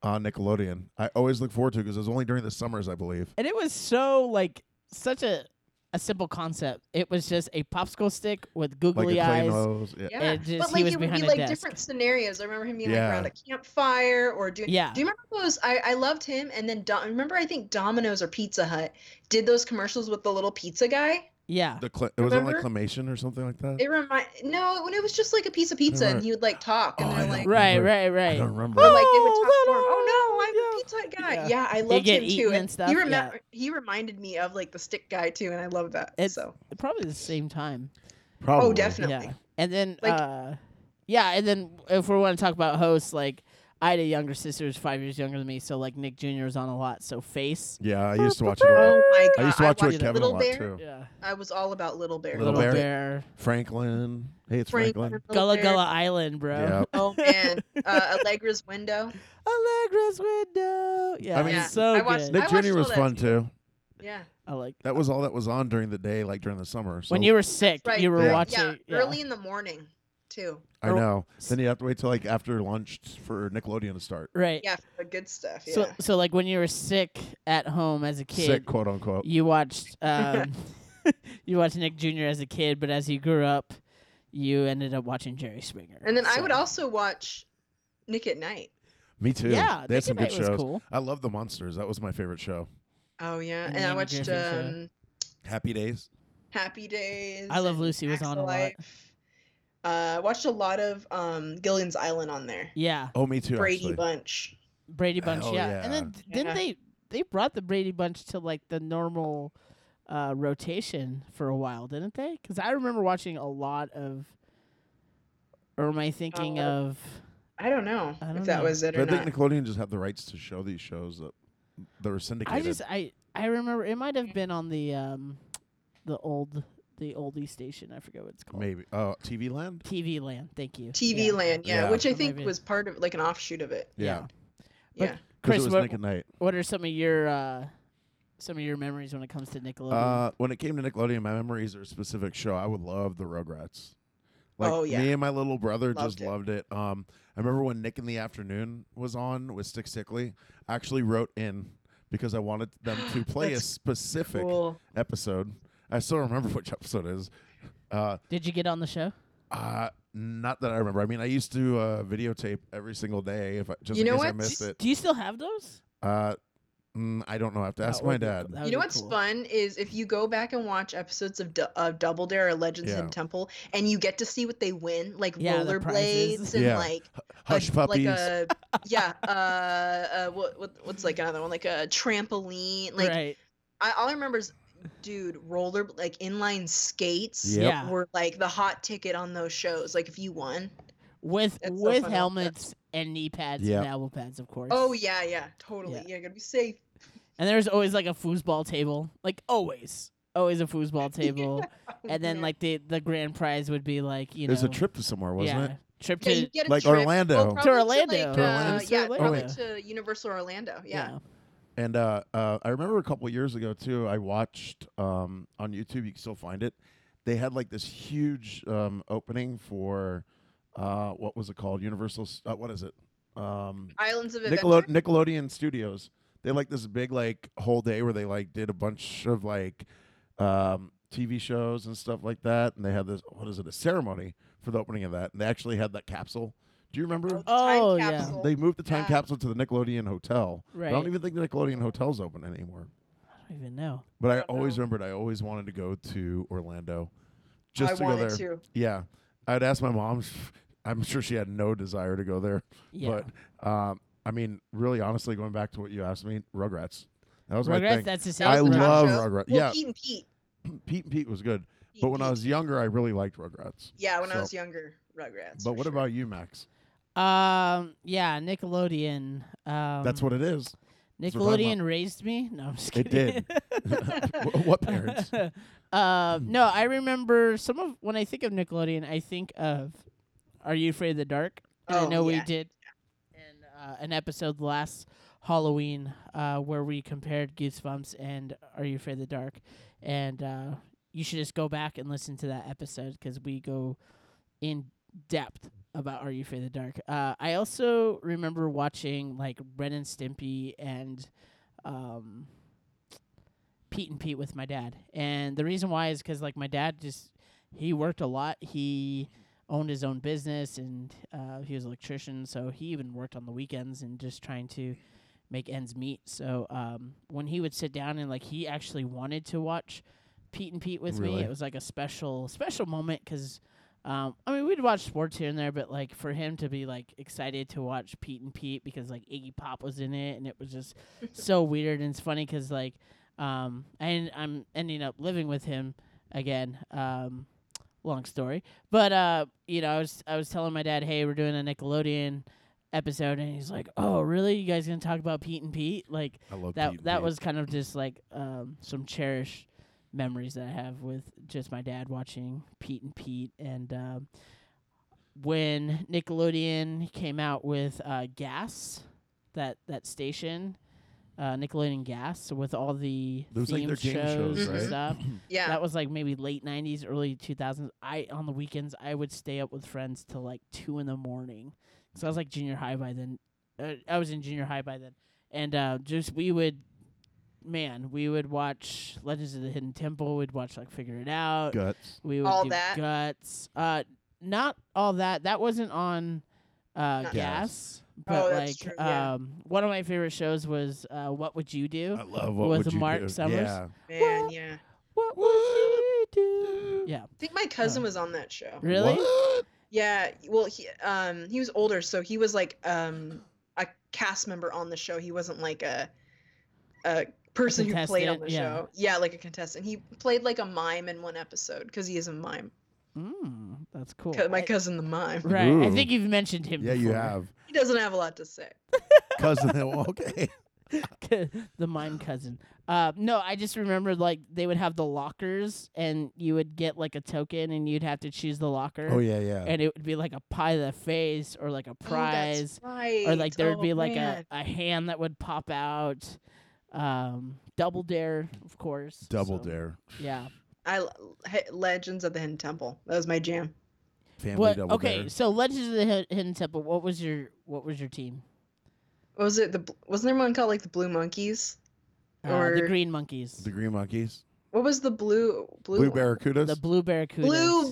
on Nickelodeon. I always look forward to it because it was only during the summers, I believe.
And it was so like such a a simple concept. It was just a popsicle stick with
Like
googly
a plain
eyes.
hose. Yeah.
Yeah,
It just-
but
he
like
was
it would be
behind a
like
desk.
different scenarios. I remember him being like around
Yeah.
a campfire or doing.
Yeah.
Do you remember those? I I loved him, and then Do- remember I think Domino's or Pizza Hut did those commercials with the little pizza guy.
Yeah,
The cl- it was on like
Remember?
Clamation or something like that.
It remind no, when it was just like a piece of pizza, and
Remember-
he would like talk, and
Oh, I
they're
know.
like,
right,
remember-
right,
I don't
right.
remember.
or like they would
Oh,
talk for him.
that-
Oh no, I'm
yeah.
a pizza Hut guy.
Yeah.
Yeah, I loved
get
him
eaten
too.
and stuff,
He
yeah.
remember he reminded me of like the stick guy too, and I love that.
It's-
so
Probably the same time.
Probably.
oh definitely.
Yeah. And then
Like-
uh yeah, and then if we want to talk about hosts, like I had a younger sister who's five years younger than me, so like Nick Jr. was on a lot. So face.
Yeah, I used to watch it. A lot.
Oh my
I used to watch it with
watched
Kevin a
Little
lot
Bear.
too.
Yeah.
I was all about Little Bear.
Little
Bear.
Bear. Franklin. Hey, it's
Frank-
Franklin.
Little
Gullah
Bear.
Gullah Island, bro.
Yeah.
Oh
[laughs]
man, uh, Allegra's window.
Allegra's window. Yeah.
mean,
it's so
I watched-
good.
Nick
I
Jr.
watched
was
all that.
fun too.
Yeah,
I like
That was all that was on during the day, like during the summer. So
when you were sick,
right.
you were
Yeah.
watching.
yeah, early in the morning too.
I know. Then you have to wait till like after lunch for Nickelodeon to start.
Right.
Yeah, for the good stuff. Yeah.
So, so like when you were sick at home as a kid,
Sick, quote unquote.
you watched um, [laughs] you watched Nick Jr. as a kid, but as you grew up, you ended up watching Jerry Springer.
and then I would
so-
also watch Nick at Night.
Me too.
yeah,
they had some good
Nick at Night
shows.
was cool.
I love the monsters. That was my favorite show.
Oh yeah,
And
and,
the
I
Andy
watched
Griffith Show.
um,
Happy Days.
Happy Days.
I Love
and
Lucy was
Axe
on a lot.
Life. Uh, watched a lot of um, Gilligan's Island on there.
Yeah,
Oh, me too.
Brady
actually.
Bunch.
Brady Bunch.
Hell
yeah.
yeah.
and then d- didn't
Yeah.
they they brought the Brady Bunch to like the normal uh, rotation for a while, didn't they? Because I remember watching a lot of. Or am I thinking
Uh,
of?
I don't know
I don't
if that
know.
was it
But
or
I think
not.
Nickelodeon just had the rights to show these shows that that were
I
syndicated.
just I I remember it might
Mm.
have been on the um, the old the oldie station. I forget what it's called.
Maybe. Oh, TV Land.
TV Land. Thank you.
TV
Yeah.
Land, yeah,
Yeah.
which I
Or
think
maybe-
was part of like an offshoot of it.
Yeah.
Yeah.
But-
Yeah.
Because
Chris,
it was
what-
Nick at Night.
What are some of your uh, some of your memories when it comes to Nickelodeon?
Uh, when it came to Nickelodeon, my memories are a specific show. I would love the Rugrats. Like
Oh, yeah.
me and my little brother just
Loved it.
loved it. Um, I remember when Nick in the Afternoon was on with Stick Sickly. I actually wrote in because I wanted them
[gasps]
to play a
That's
specific
Cool.
episode. I still remember [laughs] which episode it is. Uh,
Did you get on the show?
uh, not that I remember. I mean, I used to uh, videotape every single day if I, just
You
in
know
case I
what?
missed it.
Do you still have those?
Uh, mm, I don't know. I have to ask
That
my
would be
dad.
cool. That would
You know
be
what's
cool.
fun is if you go back and watch episodes of, D- of Double Dare or Legends
Yeah.
and Temple, and you get to see what they win, like
Yeah, the prizes.
rollerblades and
Yeah.
like
Hush
like,
puppies. [laughs]
like a yeah, uh, uh what, what what's like another one, like a trampoline, like
right.
I, all I remember is, dude, roller like inline skates
Yep.
Yeah.
were like the hot ticket on those shows. Like if you won,
With
That's
with
so fun out there.
helmets and knee pads
Yep.
and elbow pads, of course.
oh yeah, yeah, totally, yeah, gotta be safe.
And there's always like a foosball table. Like always. Always a foosball table. And then
[laughs] Yeah.
like the the grand prize would be like, you
it was
know
a trip to somewhere, wasn't
yeah,
it?
Trip
yeah,
to
you get a
like
trip.
Orlando. To
well, probably
Orlando.
like,
To
uh,
Orlando?
yeah,
To
probably
Orlando. Oh,
to Universal Orlando, yeah.
And uh, uh, I remember a couple years ago too. I watched um, on YouTube. You can still find it. They had like this huge um, opening for uh, what was it called? Universal. S- Uh, what is it? Um,
Islands of Adventure.
Nickelode- Nickelodeon Studios. They had, like this big like whole day where they like did a bunch of like um, TV shows and stuff like that. And they had this what is it? A ceremony for the opening of that. And they actually had that capsule. Do you remember?
Oh, yeah.
capsule.
They moved the time
Yeah.
capsule to the Nickelodeon Hotel. But I
Right.
don't even think the Nickelodeon Hotel's open anymore.
I don't even know.
But I,
don't
always
know.
remembered I always wanted to go to Orlando. Just
I
to go
wanted
there.
to.
Yeah. I'd ask my mom. I'm sure she had no desire to go there.
Yeah.
But um, I mean, really honestly, going back to what you asked me, Rugrats. That was my
Rugrats,
thing.
that's his
That was
I
the top
love
show.
Rugrats.
Well,
yeah,
Pete and Pete.
Pete and Pete was good.
Pete
But
and
when I
Pete.
was younger, I really liked Rugrats.
yeah, when
so-
I was younger, Rugrats.
But
for
what
sure.
about you, Max?
Um yeah, Nickelodeon. Um
That's what it
[laughs]
is. that's what we're talking
Nickelodeon raised me. No, I'm just
It
kidding. [laughs]
[laughs] Wh- what parents?
uh, no, I remember some of when I think of Nickelodeon, I think of Are You Afraid of the Dark? And I
Oh,
know we
yeah.
did an, uh, an episode last Halloween uh, where we compared Goosebumps and Are You Afraid of the Dark, and uh, you should just go back and listen to that episode because we go in depth about Are You Afraid of the Dark. Uh, I also remember watching like Ren and Stimpy and um, Pete and Pete with my dad, and the reason why is because like my dad just he worked a lot. He owned his own business and uh, he was an electrician, so he even worked on the weekends and just trying to make ends meet. So um, when he would sit down and like he actually wanted to watch Pete and Pete with me,
Really?
it was like a special special moment 'cause um, I mean we'd watch sports here and there, but like for him to be like excited to watch Pete and Pete because like Iggy Pop was in it and it was just so weird and it's funny 'cause like um, and I'm ending up living with him again. Um, long story, but uh, you know, I was I was telling my dad, hey, we're doing a Nickelodeon episode, and he's like, "Oh, really? You guys gonna talk about Pete and Pete?" Like
I love
that.
Pete and
that
Pete.
was kind of just like um, some cherished memories that I have with just my dad watching Pete and Pete, and um, when Nickelodeon came out with uh, Gas, that that station. Uh, Nickelodeon Gas with all the
Those, like,
theme
their game shows,
shows and
right?
stuff
Yeah.
that was like maybe late 90s early 2000s i on the weekends i would stay up with friends till like 2 in the morning so i was like junior high by then uh, i was in junior high by then and uh, just we would man we would watch legends of the hidden temple we'd watch like figure it
[clears throat]
out
guts.
we would
All
do
That?
guts uh not all that that wasn't on uh
Not-
Gas.
gas but
Oh,
like
that's true, yeah.
um one of my favorite shows was uh what would you do
I love what
With
would you
Mark
do?
Summers?
Yeah.
Man, yeah.
what would you do yeah
I think my cousin was on that show.
really
What?
Yeah, well, he um he was older, so he was like um a cast member on the show. He wasn't like a a person who played on
contestant,
the
yeah.
show. Yeah, like a contestant. He played like a mime in one episode because he is a mime.
Mm, that's cool.
'Cause my
I-
cousin, the mime,
right. I
Ooh.
think you've mentioned him.
Yeah, you have
he doesn't have a lot to say.
cousin.
[laughs]
okay.
have [laughs] the mime cousin. Uh, no, I just remembered like they would have the lockers, and you would get like a token, and you'd have to choose the locker.
Oh yeah, yeah.
And it would be like a pie of the face, or like a
Oh,
prize,
that's right.
or like there would
Oh,
be like a,
man.
a hand that would pop out. Um, double dare, of course.
Double
so,
dare.
Yeah.
I l- he- Legends of the Hidden Temple. That was my jam.
Family
What?
double
Okay.
dare.
So Legends of the Hid- Hidden Temple. What was your What was your team?
What was it? The bl- wasn't there one called like the Blue Monkeys?
uh, the
Or-
Green Monkeys.
The Green Monkeys.
What was the blue blue
Blue
one?
Barracudas.
the Blue Barracuda.
Blue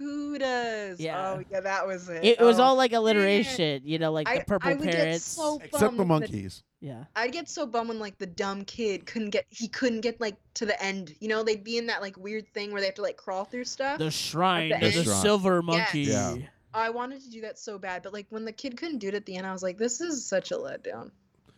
barracudas.
Yeah.
Oh yeah, that was it.
It was
Oh.
all like alliteration, you know, like
I-
the purple
I would get
parrots.
so
Except the
bummed that-
monkeys.
yeah.
I'd get so bummed when like the dumb kid couldn't get he couldn't get like to the end. You know, they'd be in that like weird thing where they have to like crawl through stuff.
The shrine
The
of the
shrine.
silver
Yes.
monkey.
Yeah.
I wanted to do that so bad, but like when the kid couldn't do it at the end, I was like, this is such a letdown.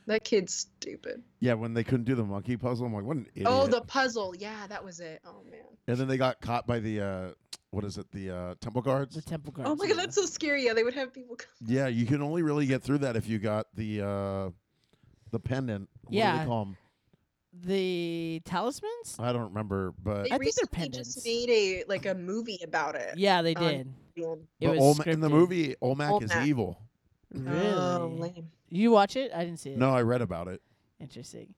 That kid's stupid.
Yeah, when they couldn't do the monkey puzzle, I'm like, what an idiot.
Oh, the puzzle. Yeah, that was it. Oh man.
and then they got caught by the uh, what is it? The uh, temple guards.
The temple guards.
Oh my
yeah.
god, that's so scary. Yeah, they would have people come.
yeah, you can only really get through that if you got the uh, the pendant. What do
Yeah.
they call 'em?
the talismans?
I don't remember, but
They
I think they're
recently just
pendants.
made a like a movie about it.
Yeah, they
Um,
did.
Yeah.
It
but
was
Olm- in the
scripted.
movie, Olmec, is
Olmec.
evil.
Really?
Oh, lame.
you watch it? I didn't see it.
No, I read about it.
Interesting.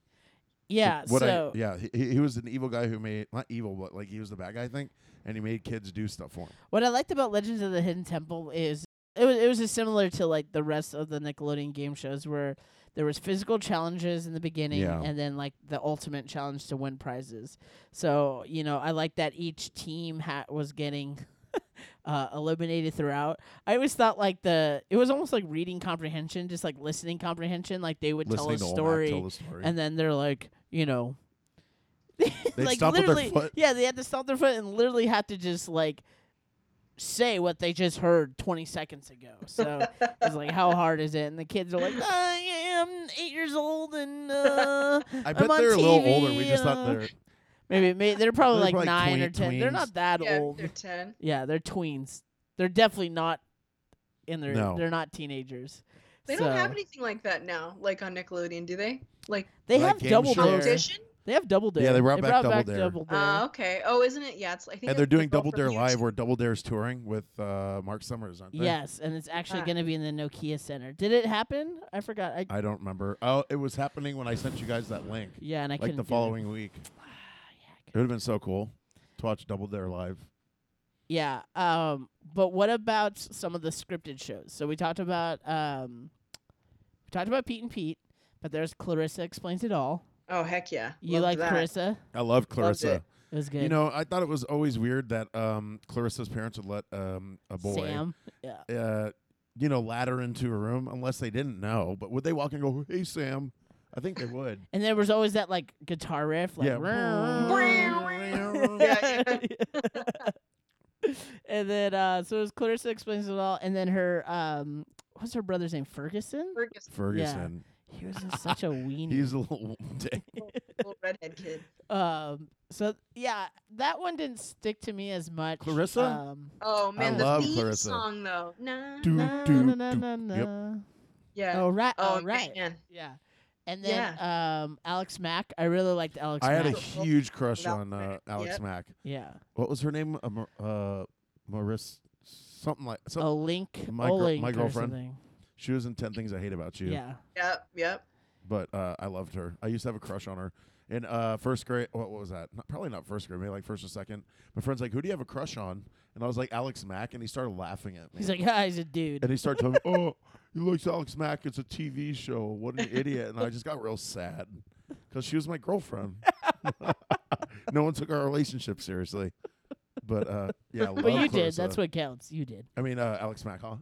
Yeah,
what I-
so
yeah, he, he was an evil guy who made not evil, but like he was the bad guy, I think, and he made kids do stuff for him.
What I liked about Legends of the Hidden Temple is it was it was just similar to like the rest of the Nickelodeon game shows where there was physical challenges in the beginning
Yeah.
and then like the ultimate challenge to win prizes. So, you know, I like that each team ha- was getting [laughs] uh, eliminated throughout. I always thought like the it was almost like reading comprehension, just like listening comprehension. Like they would
Listening
tell a
to
story
Olmec tell the story.
and then they're like, you know,
They'd
like
stomp with their
literally,
foot.
yeah, they had to stomp their foot and literally had to just like say what they just heard 20 seconds ago.
[laughs]
So
[laughs]
it's like, how hard is it? And the kids are like, I am eight years old and uh,
[laughs] I
I'm
bet
on
they're a little
TV,
older. We just
uh,
thought they're
maybe, maybe they're probably
They're probably
like nine or
tween-
ten. They're
tweens.
not that
Yeah,
old.
they're ten.
yeah, they're tweens. They're definitely not in their.
No.
They're not teenagers.
They don't have
So-
anything like that now, like on Nickelodeon, do they? Like
They
Like
have
game
double
shows?
dare.
competition?
They have double dare.
Yeah, they brought back Double Dare.
Dare.
Ah, okay. Oh, isn't it? Yeah, it's. I think.
and
it's
they're doing
the girl
Double
from
Dare
New
live,
York
where Double Dare's touring with uh, Mark Summers, aren't they?
Yes, and it's actually
Ah.
going to be in the Nokia Center. Did it happen? I forgot. I
I don't remember. Oh, it was happening when I sent you guys that link,
yeah, and I
like
couldn't
the
do it. [sighs]
following week. It would have been so cool to watch Double Dare live.
Yeah. Um. But what about some of the scripted shows? So we talked about um, we talked about Pete and Pete, but there's Clarissa explains it all.
City. Oh heck yeah!
You
Loved
like
that.
Clarissa?
I love Clarissa.
it.
It was good.
You know, I thought it was always weird that um, Clarissa's parents would let um, a boy,
Sam.
Uh, you know, ladder into a room unless they didn't know. But would they walk and go, "Hey, Sam"? I think they would.
And there was always that like guitar riff, [laughs] like.
Yeah.
[laughs] Yeah,
[laughs] and then uh, so it was Clarissa explains it all, and then her um, what's her brother's name? Ferguson.
Fergus,
Ferguson,
He was just such a weenie.
he's a little [laughs] dick.
little redhead kid.
Um. So yeah, that one didn't stick to me as much.
Clarissa?
Um,
Oh man, the
love
theme
Clarissa.
song though. Na,
Mm, Do-
na.
na,
do,
na, na,
do.
na,
Yep.
na.
Yeah.
Oh right,
oh
oh right,
man.
yeah. And then um, Alex Mack. I really liked Alex
I
Mack.
had a
Smack.
huge crush
Without
on uh,
Smack.
Alex
Yep.
Mack.
yeah,
What was her name? Uh, Mar- uh, Maris, something like.
a
Some,
link,
my
O
gir-
link
my
or
girlfriend.
something.
She was in Ten Things I Hate About You.
Yeah,
Yep. Yep.
But uh, I loved her. I used to have a crush on her. In uh, first grade, what, what was that? Not, probably not first grade, maybe like first or second. My friend's like, "Who do you have a crush on?" And I was like, "Alex Mack." And he started laughing at me.
he's like, ah, he's a dude.
and he started telling me, "Oh, he likes Alex Mack. It's a TV show. What an idiot!" And I just got real sad because she was my girlfriend. [laughs] no one took our relationship seriously, but uh, yeah, uh,
But you did. That's what counts. You did.
I mean. Uh, Alex Mack, huh?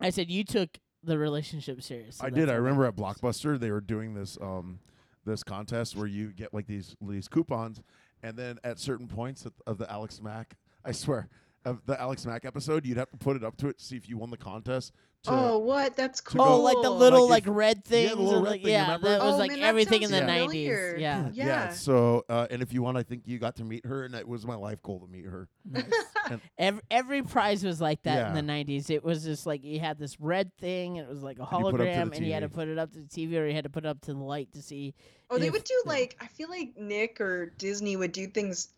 I said you took the relationship seriously.
I did. I remember at Blockbuster they were doing this um, this contest where you get like these these coupons, and then at certain points of, of the Alex Mack, I swear. Of the Alex Mack episode, you'd have to put it up to it to see if you won the contest. To,
oh, what? That's cool.
go-
Oh, like the little
Like,
like,
if-
red thing.
the little red
like,
thing,
yeah,
remember?
that was
Oh,
like
man, that
everything in
sounds
the
familiar.
nineties. Yeah.
Yeah.
So, uh, and if you want, I think you got to meet her, and it was my life goal to meet her.
[laughs]
And-
Every, every prize was like that in
Yeah.
the nineties. It was just like you had this red thing, and it was like a
you put it up to
hologram,
the
and you had to
TV.
put it up to the TV, or you had to put it up to the light to see.
Oh, they
if-
would do
yeah.
like I feel like Nick or Disney would do things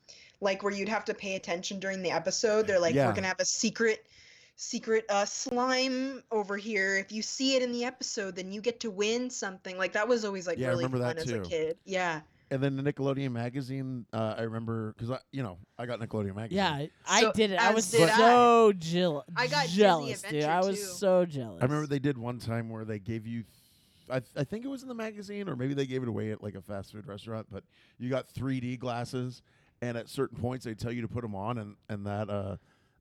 like where you'd have to pay attention during the episode. They're like,
Yeah.
we're gonna have a secret, secret uh, slime over here. If you see it in the episode, then you get to win something. Like that was always like
Yeah, I
really
remember
fun
that
as a
too.
kid. Yeah.
And then the Nickelodeon magazine, uh, I remember because I, you know, I got Nickelodeon magazine.
Yeah, I
So,
did it. I
as
was
did I.
so jealous.
I got Disney
jealous, dude.
Adventure,
I
too.
was so jealous.
I remember they did one time where they gave you, I, th- I think it was in the magazine, or maybe they gave it away at like a fast food restaurant. But you got 3D glasses, and at certain points they tell you to put them on, and and that uh,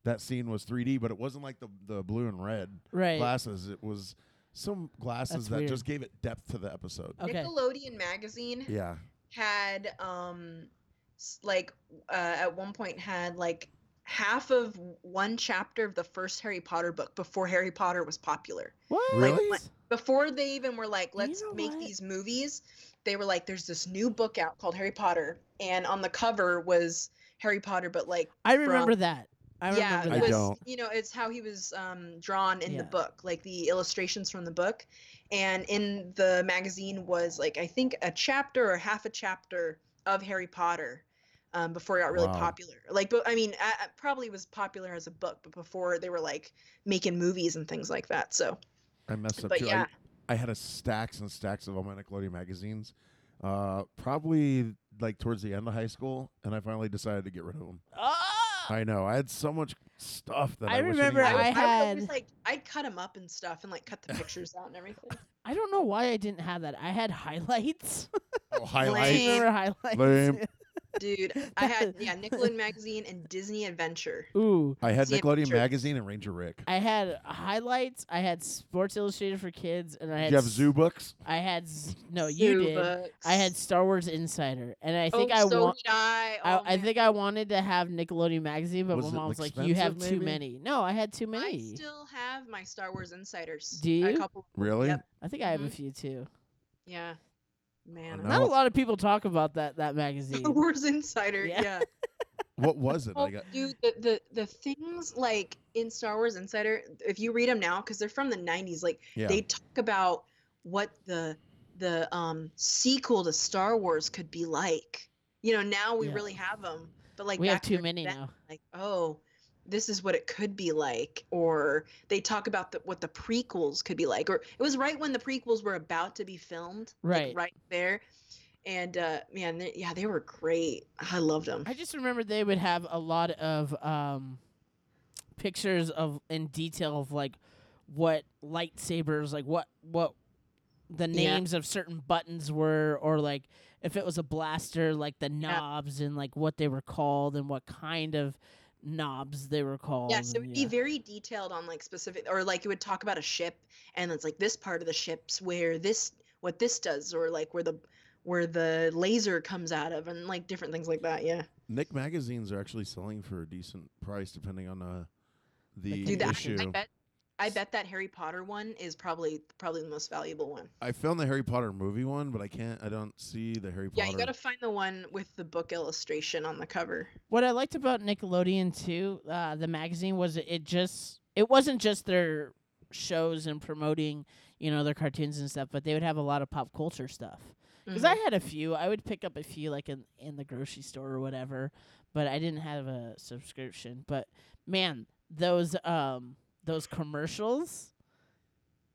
that scene was 3D, but it wasn't like the the blue and red
Right.
glasses. It was some glasses
That's
that
weird.
just gave it depth to the episode.
Okay.
Nickelodeon magazine
Yeah.
had um s- like uh, at one point had like half of one chapter of the first Harry Potter book before Harry Potter was popular.
What?
Really? Like-
before they even were like, let's
know
make
what?
these movies, they were like, there's this new book out called Harry Potter, and on the cover was Harry Potter, but like,
I remember that. I
yeah,
remember
it
I
that.
was
don't.
you know, it's how he was um, drawn in
Yeah.
the book, like the illustrations from the book, and in the magazine was like, I think a chapter or half a chapter of Harry Potter. Um, before it got really
Wow.
popular, like, but I mean, I, I probably was popular as a book, but before they were like making movies and things like that. So,
I messed up
But
too.
yeah.
I, I had a stacks and stacks of all my Nickelodeon magazines. Uh, probably like towards the end of high school, and I finally decided to get rid of them.
Ah!
I know I had so much stuff that I,
I
wish
remember
I, didn't
I
have.
would always,
had-
like I'd cut them up and stuff and like cut the pictures out and everything. [laughs]
I don't know why I didn't have that. I had highlights. [laughs]
oh,
I
highlights.
Lame.
remember highlights.
Lame.
Dude, I had yeah, Nickelodeon magazine and Disney Adventure.
Ooh.
I had
See, I'm
Nickelodeon
sure-
magazine and Ranger Rick.
I had highlights. I had Sports Illustrated for kids, and I
Did
had
you have
s-
zoo books?
I had s- no, you did. I had Star Wars Insider, and I think I
Oh, so
want.
did I. Oh,
I, I
man.
think I wanted to have Nickelodeon magazine, but
Was it
my mom's like, "You have
expensive,
too
maybe?
many." No, I had too
I
many.
still have my Star Wars insiders.
Do you?
A couple.
Really?
Yep.
I think I have a
Mhm.
few too.
Yeah. Man.
No.
Not a lot of people talk about that that magazine.
[laughs] Star Wars Insider.
Yeah.
Yeah.
What was it? uh,
Oh,
I got
dude, the, the the things like in Star Wars Insider, if you read them now, because they're from the '90s, like
yeah.
they talk about what the the um sequel to Star Wars could be like. You know, now we
Yeah.
really have them, but like
we have
back
too
then,
many
that-
now.
Like, oh, this is what it could be like, or they talk about the, what the prequels could be like, or it was right when the prequels were about to be filmed, like,
Right.
right there. And uh, man, they, yeah, they were great. I loved them.
I just remember they would have a lot of um, pictures of in detail of like what lightsabers, like what what the
Yeah.
names of certain buttons were, or like if it was a blaster, like the knobs and like what they were called and what kind of knobs they were called.
Yeah, so it
and
would be very detailed on like specific, or like it would talk about a ship, and it's like this part of the ship's where this, what this does, or like where the, where the laser comes out of, and like different things like that. Yeah,
Nick magazines are actually selling for a decent price, depending on uh, the
Like
dude, that,
issue.
I bet, I bet that Harry Potter one is probably probably the most valuable one.
I found the Harry Potter movie one, but I can't. I don't see the Harry
Yeah,
Potter.
you gotta find the one with the book illustration on the cover.
What I liked about Nickelodeon too, uh, the magazine was it just it wasn't just their shows and promoting, you know, their cartoons and stuff, but they would have a lot of pop culture stuff. Because
Mm.
I had a few. I would pick up a few like in in the grocery store or whatever, but I didn't have a subscription. But man, those um those commercials.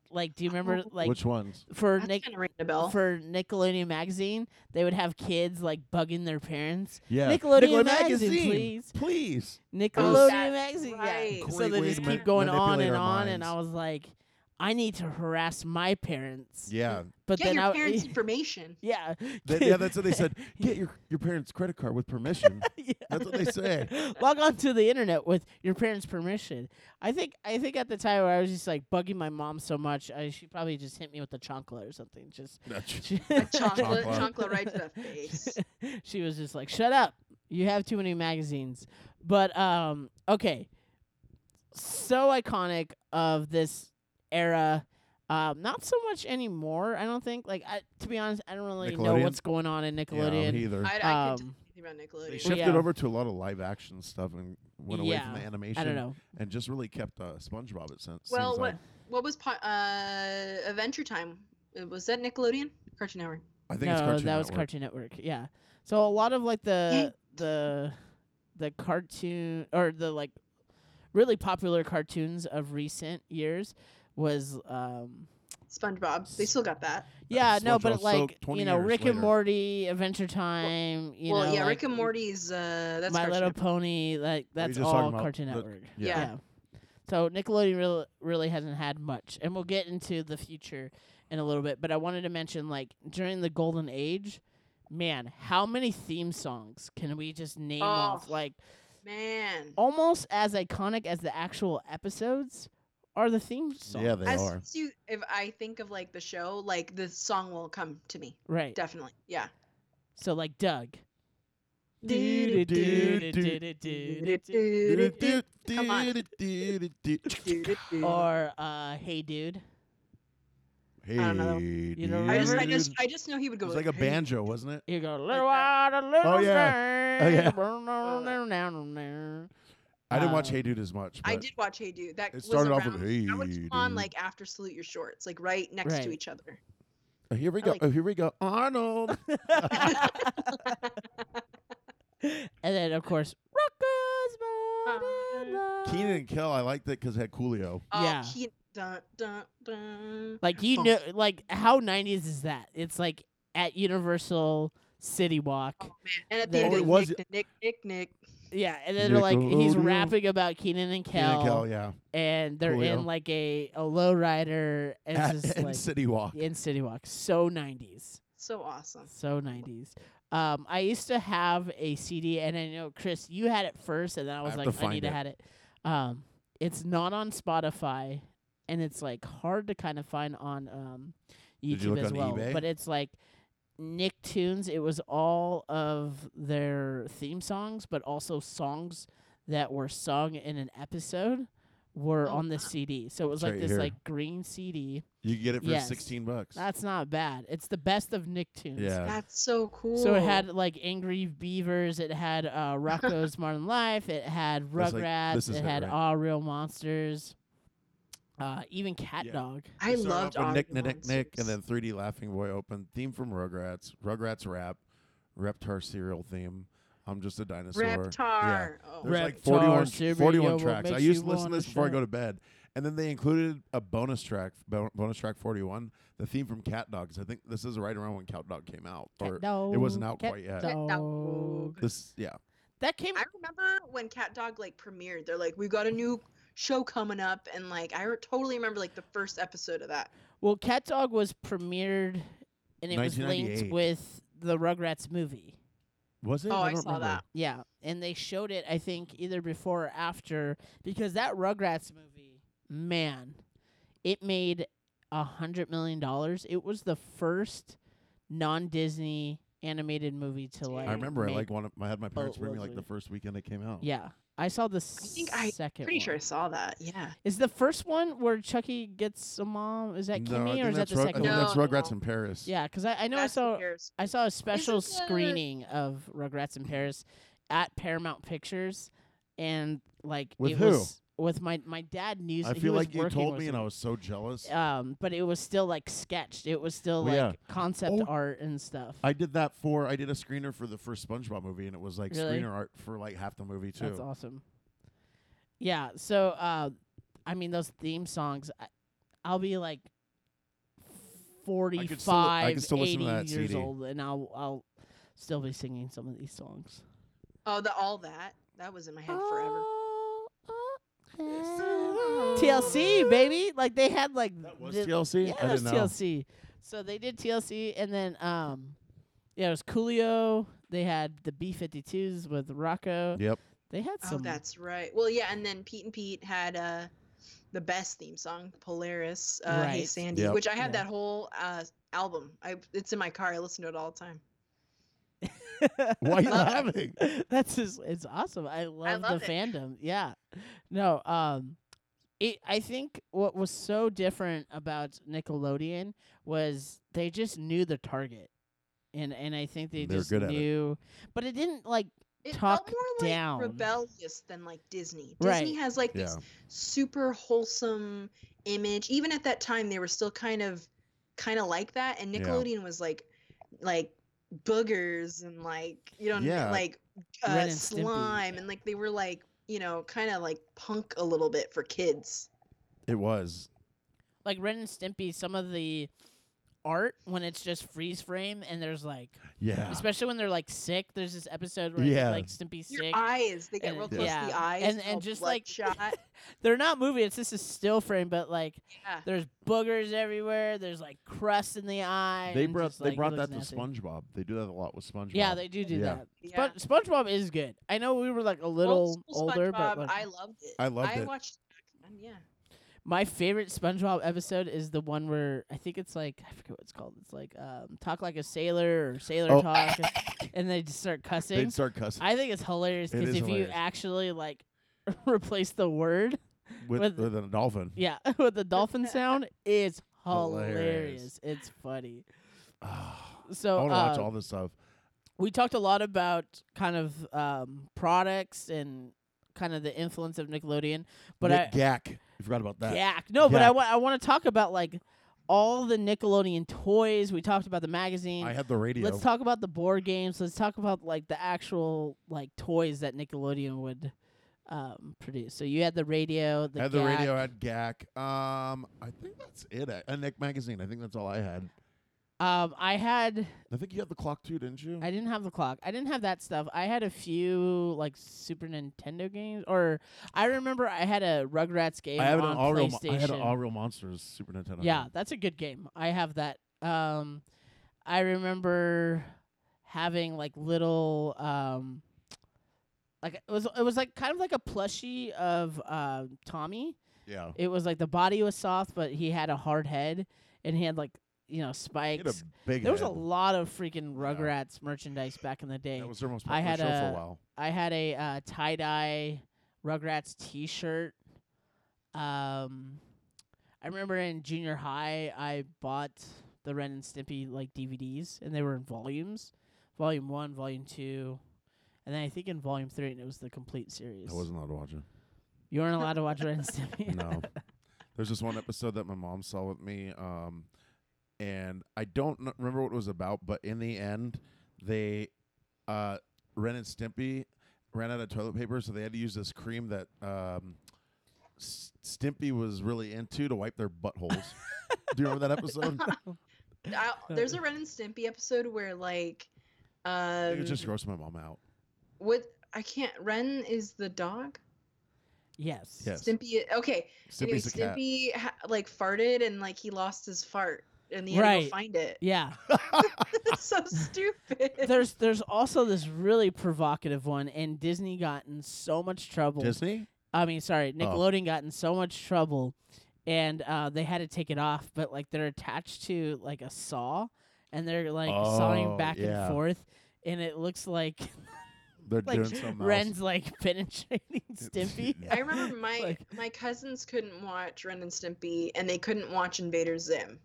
Like, do you remember
Oh.
like
Uh, Which ones?
for
That's
Nick
kind of ringing a bell.
for Nickelodeon magazine, they would have kids like bugging their parents.
Yeah.
Nickelodeon magazine, please.
Please.
Nickelodeon
that's
magazine.
right.
Yeah. So
Great
they
way
just
to
keep
ma-
going on
manipulate
and
our
on, and
minds.
I was like, I need to harass my parents.
Yeah.
But
Get
then
your
I
parents' information.
[laughs] yeah.
They- yeah, that's what
[laughs]
they said. Get your, your parents' credit card with [laughs] permission.
Yeah. [laughs]
That's what they say.
Log on to the internet with your parents' permission. I think I think at the time where I was just like bugging my mom so much, I, she probably just hit me with a chonkla or something. Just [laughs]
That's-
she,
Chocolate,
Chocolate.
chocolate right to
[laughs]
the face.
she was just like, "Shut up! You have too many magazines." But um, okay, so iconic of this era. Um, not so much anymore. I don't think. Like, I, to be honest, I don't really know
Nickelodeon?
what's going on in
Yeah, me
Nickelodeon.
either.
Um,
I, I couldn't tell you anything about
they
Nickelodeon.
shifted
yeah.
over to a lot of live action stuff and went away
Yeah.
from the animation.
I don't know.
And just really kept uh, SpongeBob. It sen- seems
Well,
like.
what what was po- uh, Adventure Time? Uh, Was that Nickelodeon? Cartoon Network.
I think
no,
it's Cartoon
that was
Network.
Cartoon Network. Yeah. So a lot of like the the the cartoon or the like really popular cartoons of recent years was um
SpongeBob. They still got that.
yeah
That's
no
SpongeBob.
but
So
like
20
you know
years
Rick
later.
and Morty Adventure Time you
well,
know
yeah,
like,
Rick and Morty's. Uh, that's
My
Cartoon
Little
Network.
Pony like that's
just talking
all
about
Cartoon
the-
Network
yeah.
Yeah.
so Nickelodeon really really hasn't had much and we'll get into the future in a little bit but I wanted to mention like during the golden age man how many theme songs can we just name
Oh.
off like
Man.
almost as iconic as the actual episodes are the theme songs.
Yeah, they
as
are.
soon as you, if I think of like the show, like the song will come to me.
Right.
Definitely. Yeah.
So like Doug.
Do, do,
do,
Do-do-do-do-do-do-do.
Come on. I
Or uh, Hey Dude.
don't know.
You know,
just, I
Dude.
just, I just know he would
it
go.
was like a banjo, wasn't it?
You go little
that.
wide, a little
Oh, yeah. Oh, yeah.
yeah.
I didn't watch
Uh,
Hey Dude as much.
I
but
did watch Hey Dude. That
It started
was
off
around,
with
that was
Hey
on
Dude.
like after Salute Your Shorts, like right next
Right.
to each other.
Oh, here we
I
go.
like-
oh, here we go. Arnold.
and then of course Rocko's Modern Love.
Keenan and Kel. I liked it because it had Coolio.
Oh,
Yeah.
He, dun, dun, dun.
Like you
Oh,
know, like how '90s is that? It's like at Universal City Walk.
Oh, man. And at the
Oh,
end
it
of it
was-
was Nick, Nick, Nick, Nick.
Yeah, and then
You're
they're like
like, "Oh,
he's
no."
rapping about Keenan and
Keenan and Kel.
Kel,
Yeah.
and they're in
Coolio.
like a a lowrider, and
At- [laughs]
it's
[laughs]
just
and
like
City Walk.
in City Walk, so '90s,
So awesome.
so '90s. Um, I used to have a CD, and I know Chris, you had it first, and then I was
have to
like, I
find
need to
it.
had it. Um, it's not on Spotify, and it's like hard to kind of find on um
Did you
YouTube
look
as
on
well.
eBay?
But it's like Nicktoons. It was all of their theme songs, but also songs that were sung in an episode were
Oh,
on the
wow.
CD. So it was
It's
like
right
this
here.
like green CD.
You could get it for
Yes.
sixteen bucks.
That's not bad. It's the best of Nicktoons.
yeah.
That's so cool.
So it had like Angry Beavers, it had
[laughs]
uh, Rocco's Modern Life, it had
That's like-
Rugrats,
this is it,
it had
right?
All Real Monsters, uh, even Cat
Yeah.
Dog.
I
It started
loved
off with Nick,
Audrey
Nick, Nick, Nick, and
Monsters.
then 3D Laughing Boy open theme from Rugrats, Rugrats rap, Reptar serial theme. I'm just a dinosaur. Yeah.
Reptar. Oh.
There's like
Reptar
41,
serial,
41
what
tracks. I
makes
used
you
to listen to this
wanna
before I go
shout?
to bed. And then they included a bonus track, bo- bonus track 41, the theme from Cat Dog. 'cause I think this is right around when Cat Dog came out.
Cat
or
Dog,
it wasn't out
Cat
quite yet.
Cat Dog.
Dog.
This, yeah.
That came
I remember when Cat Dog like premiered. They're like, "We got a new show coming up," and like I re- totally remember like the first episode of that.
well. Cat Dog was premiered, and it was linked
1998.
with the Rugrats movie.
Was it?
oh, I,
don't
saw
remember.
that.
Yeah, and they showed it I think either before or after because that Rugrats movie, man, it made a hundred million dollars. It was the first non-Disney animated movie to like.
I remember I
make-
like one of I had my parents bring me like
boatloads
the
of-
first weekend it came out.
Yeah, I saw the
think I-
second.
Pretty
one.
sure I saw that. Yeah.
Is the first one where Chucky gets a mom? Is that
No, I
Kimmy
think
or is that
that's
the
Rug-
second
I
one?
think
No.
that's Rugrats in Paris.
Yeah, because I, I know I
That's
saw
yours.
I saw a special
Isn't the-
screening of Rugrats in Paris at Paramount Pictures, and like
With
it
who?
was with my my dad knew.
I
he
feel
was
like you
working
told
with
me, and
him.
I was so jealous.
Um, but it was still like sketched. It was still
Well,
like concept
Oh.
art and stuff.
I did that for I did a screener for the first SpongeBob movie, and it was like
Really?
screener art for like half the movie too.
That's awesome. Yeah. So, uh, I mean, those theme songs, I, I'll be like
could
45,
still- I could still
80
listen to that
years
CD.
old, and I'll, I'll still be singing some of these songs.
Oh, the all that that was in my head forever.
Oh, TLC, baby. Like, they had like.
That was
the-
TLC.
Yeah,
I
that was
didn't know.
TLC. So they did TLC, and then, um, yeah, it was Coolio. They had the B 52s with Rocco.
Yep.
They had
Oh,
some. [laughs]
that's right. Well, yeah, and then Pete and Pete had uh, the best theme song, Polaris, uh, Hey
Right.
Sandy,
Yep.
which I had
Yeah.
that whole uh, album. I it's in my car. I listen to it all the time.
Why
[laughs]
are you laughing?
That's just it's awesome. I love,
love
the
it.
fandom. Yeah. No, um it I think what was so different about Nickelodeon was they just knew the target. And and I think they
They're
just
good at it.
knew but it didn't like
It
Talk
felt more like
down.
rebellious than like Disney.
Right.
Disney has like
Yeah.
this super wholesome image. Even at that time, they were still kind of, kind of like that. And
Yeah.
Nickelodeon was like, like boogers and like you know
Yeah.
like
Ren
uh,
and Stimpy.
slime and like they were like you know kind of like punk a little bit for kids.
It was.
like Ren and Stimpy, some of the art when it's just freeze frame and there's like
Yeah.
especially when they're like sick, there's this episode where
Yeah.
like Stimpy's
Your
sick.
eyes they get
And-
real close
yeah.
to the eyes
And-
it's
and
all
just, like- [laughs]
bloodshot.
They're not movie, it's just a still frame, but like
yeah.
There's boogers everywhere. There's like crust in the eye.
They
and
brought
just,
they
like, it
brought
looks
that to
nasty.
SpongeBob. They do that a lot with SpongeBob.
Yeah, they do do
Yeah.
that.
Yeah.
Spon- SpongeBob is good. I know we were like a little
Old school
older, but
SpongeBob,
like,
I loved it.
I loved
I
it.
watched it back then, yeah.
my favorite SpongeBob episode is the one where I think it's like I forget what it's called. It's like um, talk like a sailor or sailor
Oh.
talk, and they just start cussing.
They'd start cussing
I think it's hilarious
It
because
is
if
hilarious.
you actually like [laughs] replace the word,
with,
with-
with, a dolphin.
yeah, [laughs] with the dolphin sound, it's hilarious.
Hilarious.
It's funny.
Ah, [sighs]
So
I want to watch
uh,
all this stuff.
we talked a lot about kind of um, products and kind of the influence of Nickelodeon, but
Nick
I
Gack. You forgot about that.
Gak. no, but I
Gak.
want I want to talk about like all the Nickelodeon toys. We talked about the magazine.
I had the radio.
Let's talk about the board games. Let's talk about like the actual like toys that Nickelodeon would um, produce. So you had the radio, the
I had the
Gak.
radio. I had Gack. Um, I think that's it. I- And Nick magazine. I think that's all I had.
Um, I had
I think you had the clock too, didn't you?
I didn't have the clock. I didn't have that stuff. I had a few like Super Nintendo games, or I remember I had a Rugrats game
I had an
on
all real.
PlayStation.
I had an all real monsters Super Nintendo.
yeah, that's a good game. I have that. Um, I remember having like little um, like it was it was like kind of like a plushie of um Tommy.
Yeah.
It was like the body was soft, but he had a hard head, and he had like you know
He had a
spikes.
big.
There was a
head.
lot of freaking Rugrats merchandise back in the day.
That was their most
I
popular
had
show for
a-
a
[laughs]
while.
I had a uh, tie dye Rugrats t shirt. Um, I remember in junior high, I bought the Ren and Stimpy like DVDs, and they were in volumes, volume one, volume two, and then I think in volume three, and it was the complete series.
I wasn't allowed to watch it.
you weren't allowed to
[laughs]
watch Ren and Stimpy.
No. There's this one episode that my mom saw with me, um, and I don't kn- remember what it was about, but in the end, they uh, Ren and Stimpy ran out of toilet paper, so they had to use this cream that um, S- Stimpy was really into to wipe their buttholes.
[laughs]
Do you remember that episode?
I,
[laughs]
there's a Ren and Stimpy episode where like, um,
it just grossed my mom out.
what I can't. Ren is the dog.
Yes.
Yes.
Stimpy. Okay. Anyway,
Stimpy's a cat.
Stimpy ha- like farted and like he lost his fart and he had to
Right.
go find it.
Yeah.
It's [laughs] so stupid.
There's there's also this really provocative one, and Disney got in so much trouble.
Disney?
I mean, sorry, Nickelodeon got in so much trouble, and uh, they had to take it off. But like they're attached to like a saw, and they're like sawing
Oh,
back
yeah.
and forth, and it looks like
They're
like
doing something
Ren's like [laughs] penetrating Stimpy.
[laughs]
[laughs]
I remember my
Like-
my cousins couldn't watch Ren and Stimpy and they couldn't watch Invader Zim.
else.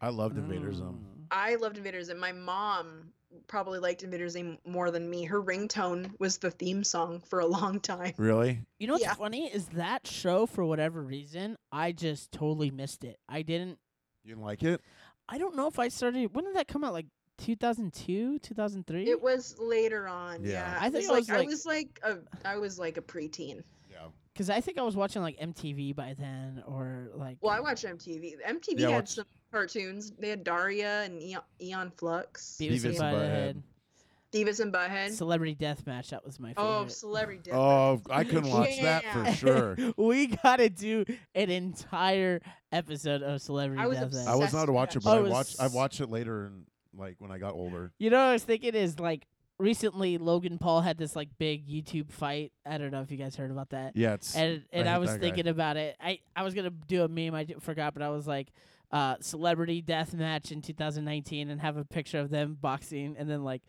I loved Invader Zim.
Mm.
I loved Invader Zim. My mom probably liked Invader's Zim more than me. Her ringtone was the theme song for a long time.
Really?
You know what's
Yeah.
funny is that show for whatever reason I just totally missed it. I didn't.
You didn't like it?
I don't know if I started. When did that come out? Like 2002, 2003.
It was later on.
Yeah.
Yeah,
I think
was
I was
like, I
like-
was like a I was like a preteen.
Yeah.
Because I think I was watching like MTV by then, or like.
Well, I watched MTV. MTV
Yeah, I
had
watched-
some cartoons. They had Daria and Eon, Eon Flux,
Beavis and
Beavis and
Butthead.
Divas and Butthead.
Celebrity Deathmatch. That was my
oh, [laughs]
favorite.
Celebrity Death.
Oh, I couldn't watch that for
[laughs]
Yeah.
sure.
we gotta do an entire episode of Celebrity
I was
Deathmatch.
I was not
Obsessed
a watcher,
with
but
that
I
show.
watched
I
I
was-
watched it later and like when I got older.
You know what I was thinking is like recently Logan Paul had this like big YouTube fight. I don't know if you guys heard about that.
Yeah, it's
And and
hate
I was
that guy.
thinking about it. I, I was gonna do a meme. I d- forgot, but I was like, uh, celebrity death match in 2019, and have a picture of them boxing, and then like,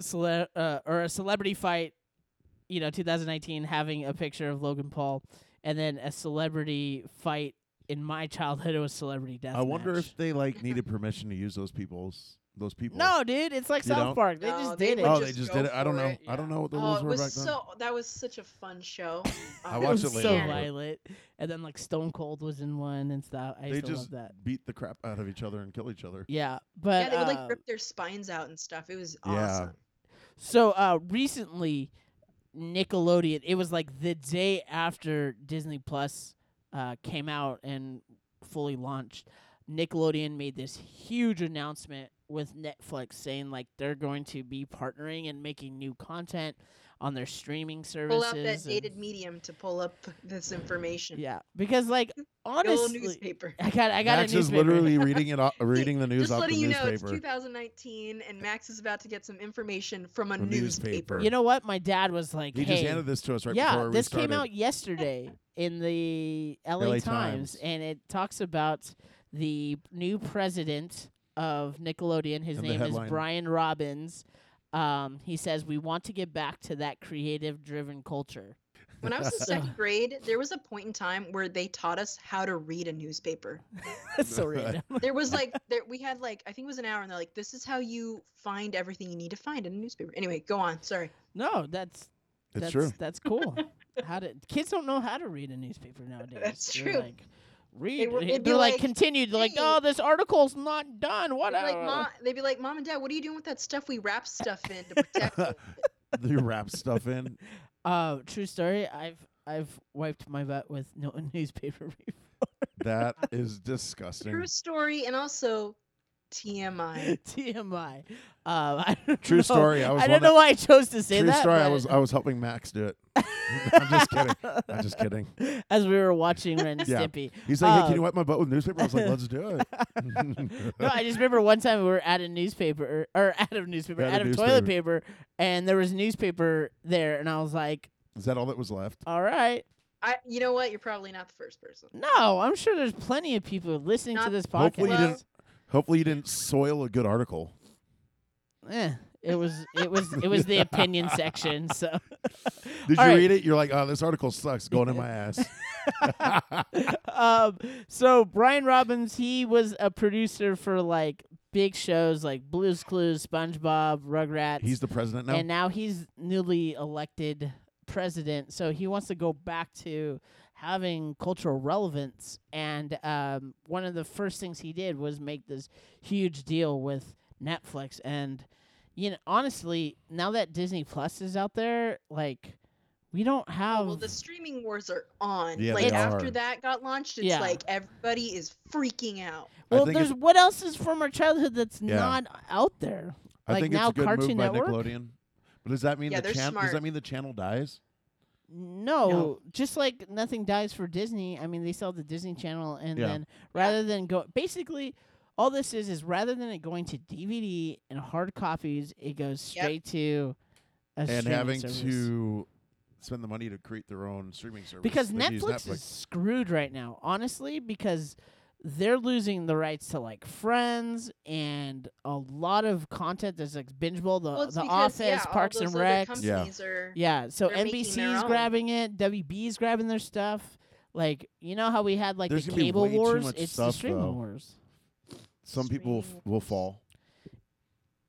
cele- uh, or a celebrity fight, you know, 2019, having a picture of Logan Paul, and then a celebrity fight in my childhood it was celebrity death.
I wonder
match.
if they like needed permission to use those people's those people.
No, dude, it's like
You
South
don't?
Park. They
No,
just
they
did it.
would
Oh, they
just
just
go
did it. I don't
for
know.
it,
I don't know what the
Oh,
rules
it
were
was
back then.
so that was such a fun show.
[laughs] Oh, I
Uh,
watched
it was
it
so
later, but-
violent. And then like Stone Cold was in one and stuff. I
They
used to love
just
that.
beat the crap out of each other and kill each other.
Yeah, but
yeah, they would
uh,
like rip their spines out and stuff. It was
Yeah.
awesome.
so uh, recently, Nickelodeon. It was like the day after Disney Plus uh, came out and fully launched. Nickelodeon made this huge announcement with Netflix saying like they're going to be partnering and making new content on their streaming services.
Pull out that
and-
dated medium to pull up [laughs] this information.
Yeah, because like
[laughs] Your old
honestly, [laughs]
newspaper.
I got I got
Max
a
is
newspaper.
literally reading it, off, [laughs] reading the news
Just
off
letting
the
you know, it's
newspaper.
2019, and Max is about to get some information from a
From newspaper.
newspaper.
You know what? My dad was like,
he
"Hey,
just handed this to us right
yeah,
before
this
we started.
came out yesterday in the LA,
LA
Times,
Times.
and it talks about the new president of Nickelodeon. His
And the
name is
headline.
Brian Robbins. Um, he says we want to get back to that creative-driven culture. [laughs]
When I was in second grade, there was a point in time where they taught us how to read a newspaper.
[laughs]
That's so random.
There
[laughs]
was like there we had like I think it was an hour, and they're like, "This is how you find everything you need to find in a newspaper." Anyway, go on. Sorry.
No, that's
It's
that's
true.
that's cool. how to kids don't know how to read a newspaper nowadays.
That's
They're
true.
Like, read.
were-
it."
it'd be
They're like,
like,
continued. Like,
"Hey."
oh, this article's not done. What?
They'd be like, Mom, they'd be like, "Mom and Dad, what are you doing with that stuff we wrap stuff
[laughs]
in to protect?" it?"
You wrap stuff in.
Uh, true story. I've I've wiped my butt with no [laughs] newspaper.
That is disgusting.
True story, and also
[laughs]
TMI.
TMI. Um, [laughs] I don't
True
know-
story, I was
I
one
don't know
that-
why I chose to say
True
that.
story. I
but [laughs]
was [laughs] I was helping Max do it. I'm just kidding. I'm just kidding.
[laughs] As we were watching Ren
[laughs]
and
Yeah.
Stimpy.
He's like, hey,
Um,
can you wipe my butt with newspaper? I was like, let's do it.
[laughs] No, I just remember one time we were at a newspaper or, [laughs] or out of newspaper,
Out of
out of toilet paper, and there was newspaper there, and I was like,
[laughs] Is that all that was left?
"All right,
I, you know what? You're probably not the first person.
no, I'm sure there's plenty of people listening to
Not-
this podcast."
Hopefully you
Well-
didn't. Hopefully you didn't soil a good article.
Eh, it was it was it was
[laughs]
the opinion section. So
Did
All
you
right.
read it? You're like, oh, this article sucks. Going in my
[laughs]
ass.
um, so Brian Robbins, he was a producer for like big shows like Blue's Clues, SpongeBob, Rugrats,
He's the president now.
and now he's newly elected president. So he wants to go back to having cultural relevance. And um, one of the first things he did was make this huge deal with Netflix. And you know, honestly, now that Disney Plus is out there, like we don't have.
Oh, well, the streaming wars are on.
Yeah,
like
they
after
are.
that got launched, it's
Yeah.
like everybody is freaking out.
I
Well,
think
there's what else is from our childhood that's
Yeah.
not out there?
I
like
think
now
it's a good
Cartoon
move
Network?
by Nickelodeon. But does that mean
Yeah,
the
they're
channel? Does
smart.
that mean the channel dies?
No, just like nothing dies for Disney. I mean, they sell the Disney Channel, and
Yeah.
then rather than go, basically, all this is is rather than it going to DVD and hard copies, it goes
Yep.
straight to a
and
streaming
having
service.
to spend the money to create their own streaming service
because
They use
Netflix, is screwed right now, honestly, because they're losing the rights to like Friends and a lot of content that's like bingeable, the
Well, it's
the
because,
Office,
yeah, all
Parks
those
and
other
Rec.
Yeah.
Companies Are,
Yeah, so
They're making their
NBC's
own.
grabbing it, WB's grabbing their stuff. Like you know how we had like
There's
the
gonna be
cable
way too
wars,
much
it's the
stuff,
streaming
though.
wars.
Some people will, f-
streaming.
will fall.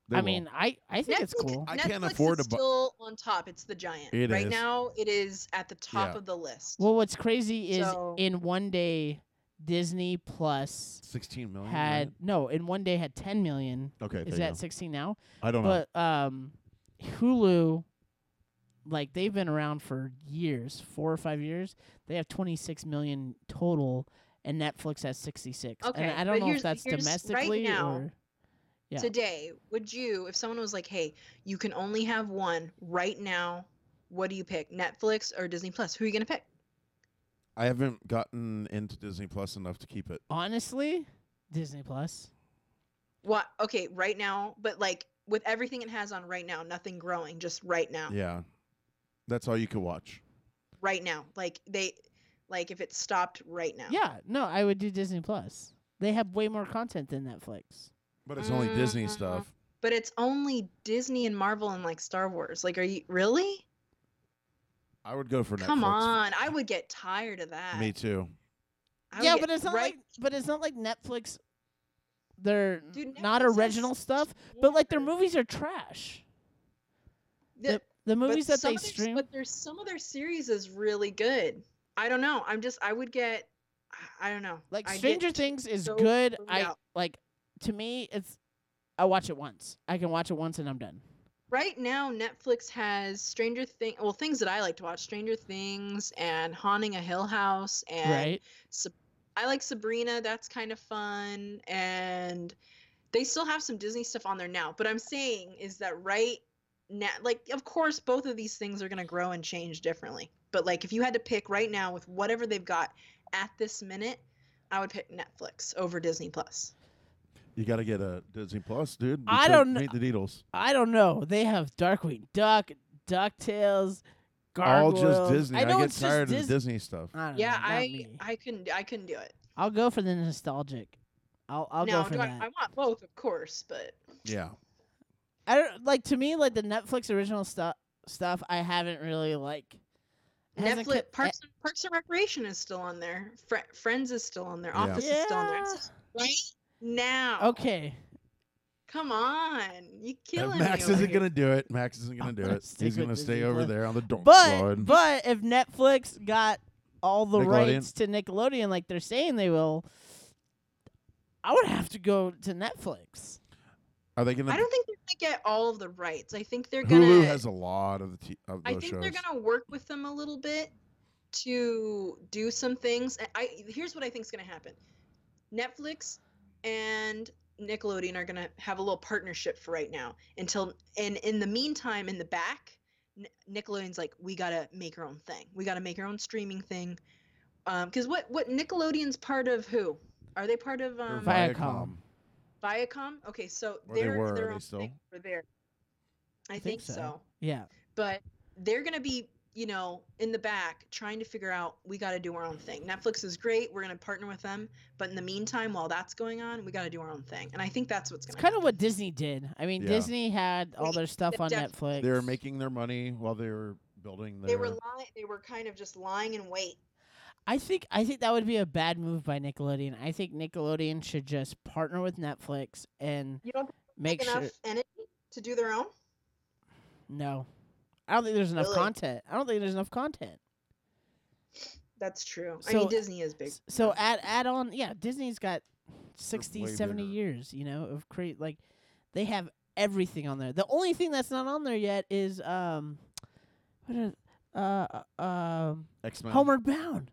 They
I
will.
mean, I I think it's
Netflix-
cool.
I can't
Netflix
afford
is
to bu-
Still on top, it's the giant.
It
right
is.
now, it is at the top
Yeah.
of the list.
Well, what's crazy is
So-
in one day, Disney Plus
sixteen million.
had
right?
no in one day had 10 million.
okay. there
Is
you
that
go.
16 now?
I don't know.
But um, Hulu, like they've been around for years, four or five years. They have 26 million total, and Netflix has 66.
Okay,
and I don't
but
know if
here's-
that's
here's- right
domestically
now-
or yeah.
Today, would you, if someone was like, "Hey, you can only have one right now," what do you pick, Netflix or Disney Plus? Who are you gonna pick?
I haven't gotten into Disney Plus enough to keep it.
honestly, Disney Plus.
What? Okay, right now, but like with everything it has on right now, nothing growing, just right now,
Yeah, that's all you could watch.
right now. Like they, like if it stopped right now.
Yeah, no, I would do Disney Plus. They have way more content than Netflix.
But it's only Disney
Mm.
stuff.
But it's only Disney and Marvel and like Star Wars. Like, are you really?
I would go for
Come
Netflix.
on, I would get tired of that.
Me too.
I would
yeah,
get-
but it's not
right?
like but it's not like Netflix. They're
Dude,
not
Netflix has
original stuff, but like their
more-
movies are trash.
The-
The, the
but
movies that
some
they
of their-
stream.
But there's some of their series is really good. I don't know. I'm just I would get. I- I don't know.
Like
I get
Stranger
t-
Things is
so
good.
burned
I
out.
like to me it's I watch it once. I can watch it once and I'm done.
Right now, Netflix has Stranger Things. Well, things that I like to watch: Stranger Things and Haunting a Hill House. And
right?
Sa- I like Sabrina. That's kind of fun. And they still have some Disney stuff on there now. But I'm saying is that right now, like, of course, both of these things are going to grow and change differently. But like, if you had to pick right now with whatever they've got at this minute, I would pick Netflix over Disney Plus.
You got to get a Disney Plus, dude. We
I
could
don't kn-
Meet the Needles.
I don't know. They have Darkwing Duck, DuckTales,
All
Gargoyles.
just Disney.
I, know
get
it's
tired
just
of the
Dis-
Disney stuff.
I don't
yeah,
know, Uh, not
I
me.
I couldn't I couldn't do it.
I'll go for the nostalgic. I'll I'll
now,
go for
do I,
that.
I want both, of course, but
Yeah.
I don't like to me like the Netflix original stuff stuff I haven't really like hasn't eh
Netflix
ca-
Parks, and, Parks and Recreation is still on there. Fri Friends is still on there.
Yeah.
Office is still on there. It's
Yeah.
just right now.
Okay.
Come on, you killing me.
Max
over
isn't
here.
gonna do it. Max isn't gonna
I'm
do
gonna
it.
stick
He's
with
gonna stay
Disney
over
Plus.
there on the dork
But
side.
but if Netflix got all the
Nickelodeon.
rights to Nickelodeon like they're saying they will, I would have to go to Netflix.
Are they gonna?
I don't think they're gonna get all of the rights. I think they're gonna.
Hulu has a lot of the t- of
I
those
think
shows.
they're gonna work with them a little bit to do some things. I- I here's what I think's gonna happen. Netflix and Nickelodeon are gonna have a little partnership for right now until and in the meantime, in the back, N- Nickelodeon's like, we gotta make our own thing. We gotta make our own streaming thing. Um, because what what Nickelodeon's part of who? Are they part of
They're
um,
Vi- Viacom.
Viacom? Okay, so
Or they
they're
were,
their
are
own
they still?
thing over there. I,
think
think
so.
so
Yeah.
but they're going to be you know in the back trying to figure out we got to do our own thing netflix is great we're going to partner with them but in the meantime while that's going on we got to do our own thing and i think that's what's
It's
going
kind of what Disney did. I mean,
Yeah.
Disney had all
Wait,
their stuff
they're
on
def-
Netflix.
They were making their money while they were building their.
they were lying they were kind of just lying in wait
I think I think that would be a bad move by Nickelodeon. I think Nickelodeon should just partner with Netflix and
you don't
make
enough
sure
entity to do their own
no. I don't think there's enough
Really?
content. I don't think there's enough content.
that's true i
So,
mean disney is big
S- So add add on, yeah, Disney's got 60,
way
70
bigger.
years, you know, of create like they have everything on there. The only thing that's not on there yet is um what are, uh uh, um
X Men.
Homeward Bound.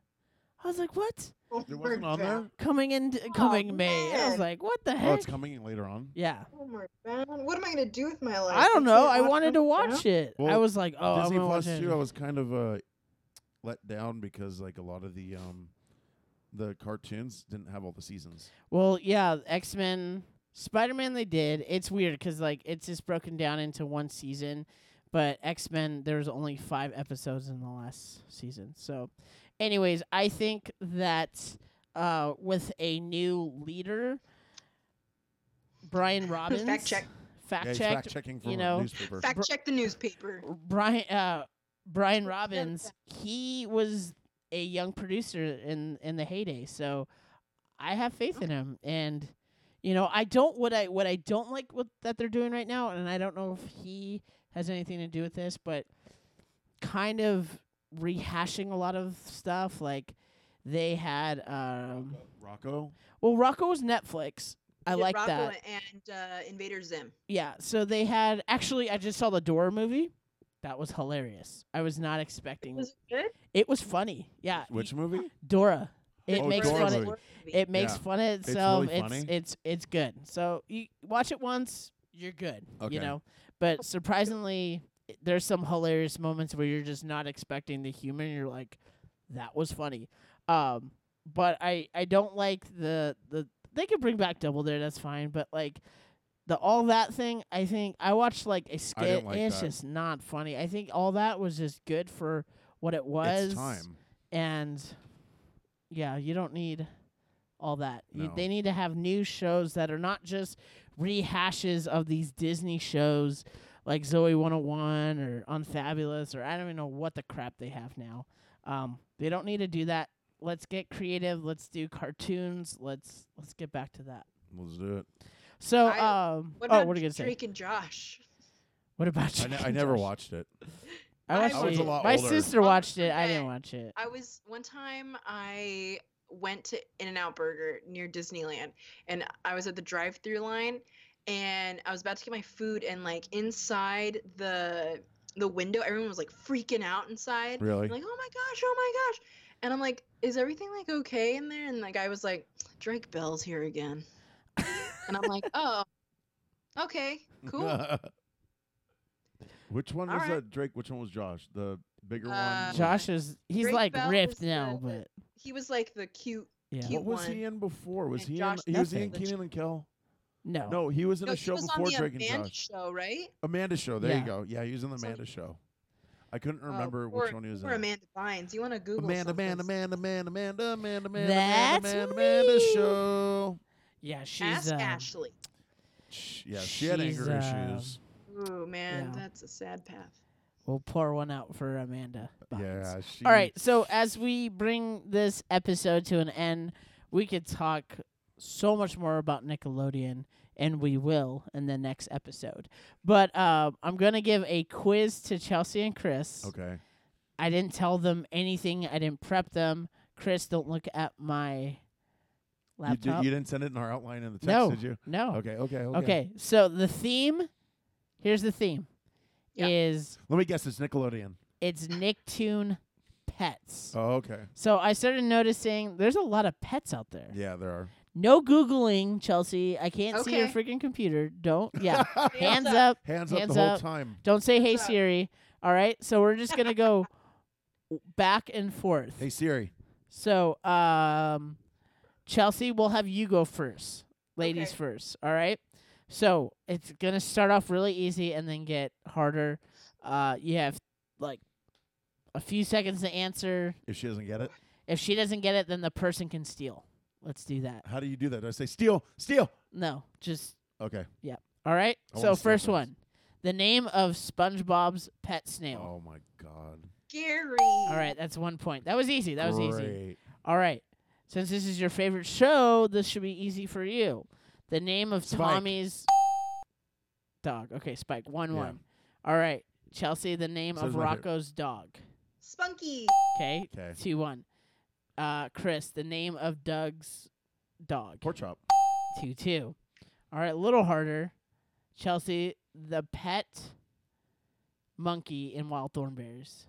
I was like, "What?
[laughs] oh,
It
my
wasn't on there.
God.
Coming in
Oh,
coming May." I was
man.
like, "What the
Oh,
heck?"
it's coming later on.
yeah.
Oh my God. what am i going to do with my life
I don't
can't
know. I wanted to
Homeward
watch it. I
Well,
was like, "Oh,
Disney
I'm going
Plus
to watch
too. I
it."
was kind of uh, let down because like a lot of the um, the cartoons didn't have all the seasons.
Well, yeah, X Men, Spider Man, they did. It's weird 'cause like it's just broken down into one season, but X Men there was only five episodes in the last season. So, anyways, I think that uh, with a new leader, Brian Robbins,
check.
fact
yeah, he's
checked,
fact checking from
you
a
know,
newspaper.
Fact
Br-
check the newspaper.
Brian uh Brian
Yeah,
Robbins, he was a young producer in in the heyday, so I have faith in him and You know, I don't what I what I don't like what that they're doing right now, and I don't know if he has anything to do with this, but kind of rehashing a lot of stuff. Like they had, um,
Rocco.
well, Rocco was Netflix. I
Did
like
Rocco
that.
And uh, Invader Zim.
Yeah. So they had actually. I just saw the Door movie. That was hilarious. I was not expecting.
Was it good?
It was funny. Yeah.
Which movie?
Dora. It
Oh,
makes
Dora
fun.
movie.
Of, it makes
Yeah.
fun of
It's
itself.
really
It's it's,
funny.
it's good. So you watch it once, you're good.
Okay.
You know, but surprisingly, i- there's some hilarious moments where you're just not expecting the human. You're like, that was funny. Um, but I I don't like the the they could bring back Double Dare. That's fine. But like. The all that thing, I think I watched like a skit.
like
it's
that.
just not funny. I think all that was just good for what it was
It's time.
and yeah, you don't need all that. You,
No.
they need to have new shows that are not just rehashes of these Disney shows like Zoe 101 or Unfabulous or I don't even know what the crap they have now. Um, they don't need to do that. Let's get creative. Let's do cartoons. Let's let's get back to that.
Let's do it.
So,
I-
um,
What
oh,
about
what are you gonna say?
Drake and Josh?
What about
I
you?
ne-
[laughs]
I never watched it.
I
I
watched
was
it.
a
lot
My
older.
sister watched it. I
Okay.
didn't watch it.
I was one time I went to In N Out Burger near Disneyland and I was at the drive through line and I was about to get my food and like inside the the window everyone was like freaking out inside.
Really?
Like, oh my gosh, oh my gosh. And I'm like, is everything like okay in there? And the guy was like, Drake Bell's here again. and I'm like, oh, okay, cool.
[laughs] which one
All
was
right.
that Drake? Which one was Josh? The bigger
Uh,
one.
Josh is he's
Drake
like
Bell
ripped
is the-
now, but
he was like the cute,
yeah.
cute
What was
one.
he in before? Was
And
he
Josh
in? He was he in
nothing.
Keenan and Kel.
No.
No, he was in
no,
a
he
show
was
before
on the
Drake and
Amanda
Josh.
show, right?
Amanda's show. There
Yeah.
you go. Yeah, he was in the
So-
Amanda show. I couldn't
Oh,
remember
poor-
which one he was
poor
in.
Amanda Bynes. You want to Google
Amanda,
something.
Amanda, Amanda, Amanda, Amanda, Amanda, Amanda,
That's
Amanda, Amanda
me.
show.
Yeah, she's
Ask
uh,
Ashley.
Sh- Yeah, she had
She's,
anger
uh,
issues.
Ooh man,
yeah.
that's a sad path.
We'll pour one out for Amanda. Bynes.
Yeah, she.
All right. So as we bring this episode to an end, we could talk so much more about Nickelodeon, and we will in the next episode. But uh, I'm gonna give a quiz to Chelsea and Chris.
Okay.
I didn't tell them anything. I didn't prep them. Chris, don't look at my
You, did,
laptop.
you didn't send it in our outline in the text,
no,
did you?
no.
Okay, okay, okay.
Okay, so the theme here's the theme
Yeah.
is
Let me guess. It's Nickelodeon.
it's Nicktoon pets.
Oh, okay.
So I started noticing there's a lot of pets out there.
Yeah, there are.
No googling, Chelsea. I can't see your
Okay.
freaking computer.
[laughs]
Don't. Yeah. Hands
Hands up.
up.
Hands up
Hands
the whole
up.
time.
Don't say hey
Hands up.
Siri. All right? So we're just going to
[laughs]
go back and forth.
Hey Siri.
So, um, Chelsea, we'll have you go first, ladies
Okay.
first. All right. So it's gonna start off really easy and then get harder. Uh, you have like a few seconds to answer.
If she doesn't get it,
If she doesn't get it, then the person can steal. Let's do that.
how do you do that? Do I say steal, steal?
No, just
Okay.
all
I wanna
right. so
steal
first
things.
one, the name of SpongeBob's pet snail.
Oh my God.
Gary.
All right, that's one point. That was easy. That was easy.
Oh. Great.
All right. Since this is your favorite show, this should be easy for you. The name of
Spike.
Tommy's dog. Okay, Spike. One
Yeah.
one. All right. Chelsea, the name
So
of
is my favorite.
Rocco's dog.
Spunky.
Okay.
'Kay.
Two one. Uh Chris, the name of Doug's dog.
Pork chop.
Two two. All right, a little harder. Chelsea, the pet monkey in Wild Thornberries.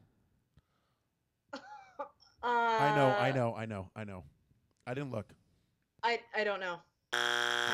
Uh,
I know. I know. I know. I know. I didn't look.
I I don't know.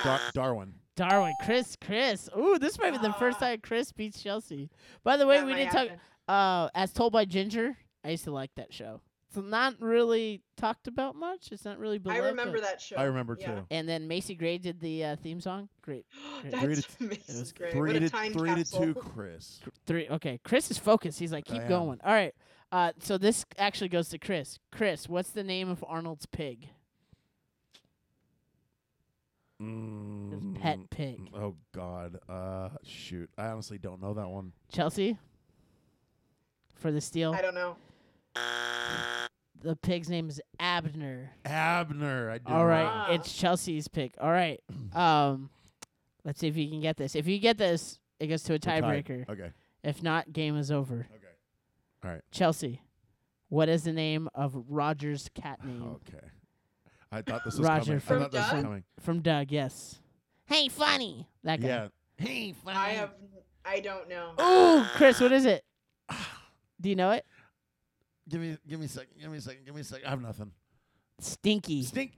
Dar- Darwin.
Darwin, Chris, Chris. Ooh, this might be the first
Ah.
time Chris beats Chelsea. By the way,
That
we
might
didn't talk.
happen.
uh, as told by Ginger. I used to like that show. It's not really talked about much. It's not really
I
beloved.
remember
but-
that show.
I remember
Yeah.
too.
And then Macy Gray did the uh, theme song. Great.
[gasps]
Three
That's
it was
amazing. Great.
Three
what
to
a time
three
capsule.
to two, Chris.
Three. Okay. Chris is focused. He's like,
I
keep
am.
going. All right. Uh, so this actually goes to Chris. Chris, what's the name of Arnold's pig? His
Mm,
pet pig.
Oh God. Uh, shoot. I honestly don't know that one.
Chelsea. For the steal,
I don't know.
The pig's name is Abner.
Abner. I did
All right,
Wow.
it's Chelsea's pick.
[clears throat]
All right, um, let's see if you can get this. If you get this, it goes to a
We're tied.
tiebreaker.
Okay.
If not, game is over.
Okay. All right.
Chelsea, what is the name of Roger's
Oh.
cat name?
Okay. I thought this was coming.
Roger from
I thought this was
Doug?
coming.
From Doug, yes. Hey, funny. That guy.
Yeah. Hey, funny.
I have. I don't know.
Ooh, Chris, what is it? Do you know it?
[sighs] Give me, give me a second. Give me a second. Give me a second. I have nothing.
Stinky.
Stink.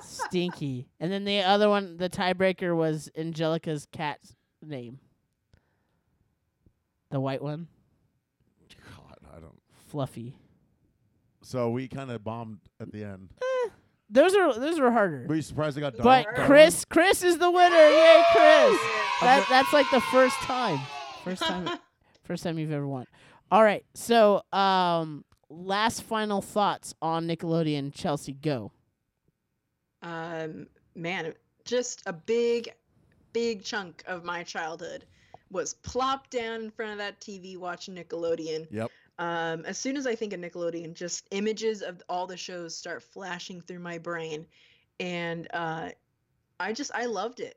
Stinky. And then the other one, the tiebreaker was Angelica's cat's name. The white one,
God, I don't.
Fluffy.
So we kind of bombed at the end.
Those are those were harder.
Were you surprised I got Doug?
but
Doug?
Chris, Chris is the winner. Yay,
[laughs]
Chris!
Yeah. [laughs]
That that's like the first time. First time first time you've ever won. All right. So, um last final thoughts on Nickelodeon Chelsea go.
um, man, just a big, big chunk of my childhood was plopped down in front of that TV watching Nickelodeon.
Yep.
Um, as soon as I think of Nickelodeon, just images of all the shows start flashing through my brain, and uh, I just I loved it.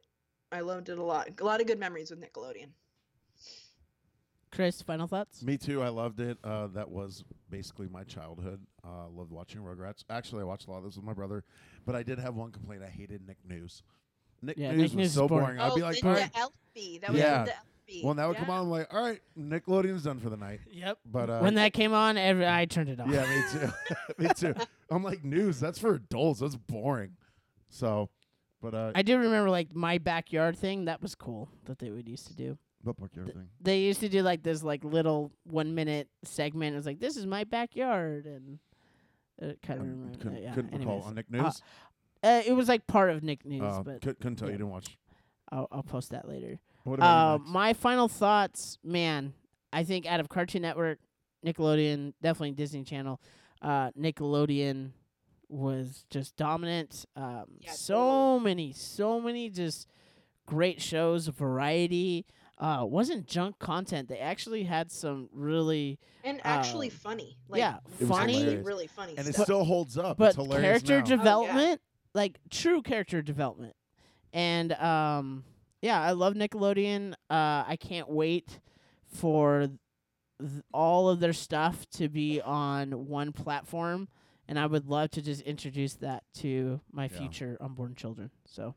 I loved it a lot. A lot of good memories with Nickelodeon.
Chris, final thoughts?
Me too. I loved it. Uh, that was basically my childhood. Uh, loved watching Rugrats. Actually, I watched a lot of this with my brother, but I did have one complaint. I hated Nick News. Nick
Yeah,
News
Nick
was
News
so
is boring.
boring. I'd be like,
Oh, the,
"All
the
right."
LP. That was
Yeah.
the LP.
well, now it
Yeah.
come on. I'm like, all right, Nickelodeon's done for the
[laughs]
night.
Yep.
But uh,
when that came on, every I turned it off.
Yeah, me too. [laughs] me too. I'm like, news, that's for adults. That's boring. So, but uh,
I do remember like my backyard thing. That was cool that they would used to do.
but book everything.
They used to do like this like little one minute segment. It was like this is my backyard and uh, kind of remember.
couldn't
yeah,
couldn't recall
anyways.
on Nick News.
Uh, it was like part of Nick News,
Uh,
but
could, couldn't tell
yeah.
you didn't watch.
I'll, I'll post that later.
What
Uh,
about you, Max?
my final thoughts, man. I think out of Cartoon Network, Nickelodeon, definitely Disney Channel, uh, Nickelodeon was just dominant. Um,
Yeah,
so many, so many just great shows, variety. Uh, wasn't junk content. They actually had some really
and actually
um,
funny.
yeah,
It was
funny,
Actually,
hilarious.
really funny.
and it
stuff.
still holds up.
but
it's hilarious
character
now.
development, like true character development, and um, yeah, I love Nickelodeon. Uh, I can't wait for th- all of their stuff to be on one platform, and I would love to just introduce that to my
Yeah.
future unborn children. So,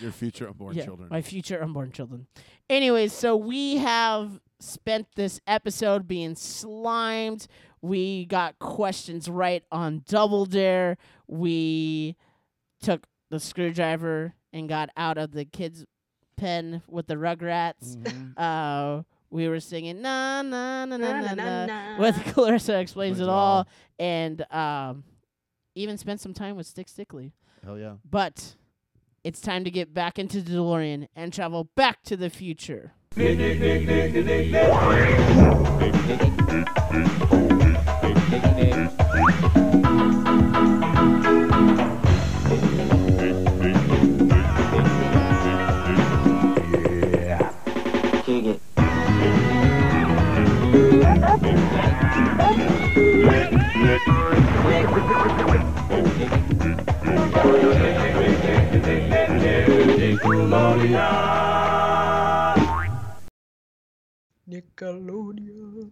Your future unborn
yeah,
children.
my future unborn children. Anyways, so we have spent this episode being slimed. We got questions right on Double Dare. We took the screwdriver and got out of the kids' pen with the Rugrats.
Mhm.
Uh, we were singing na na na na na na
Na-na-na-na.
with [laughs] Clarissa explains
Explains
it
it
all,
all.
and um, even spent some time with Stick Stickley.
Hell yeah.
But it's time to get back into the DeLorean and travel back to the future.
Nickelodeon.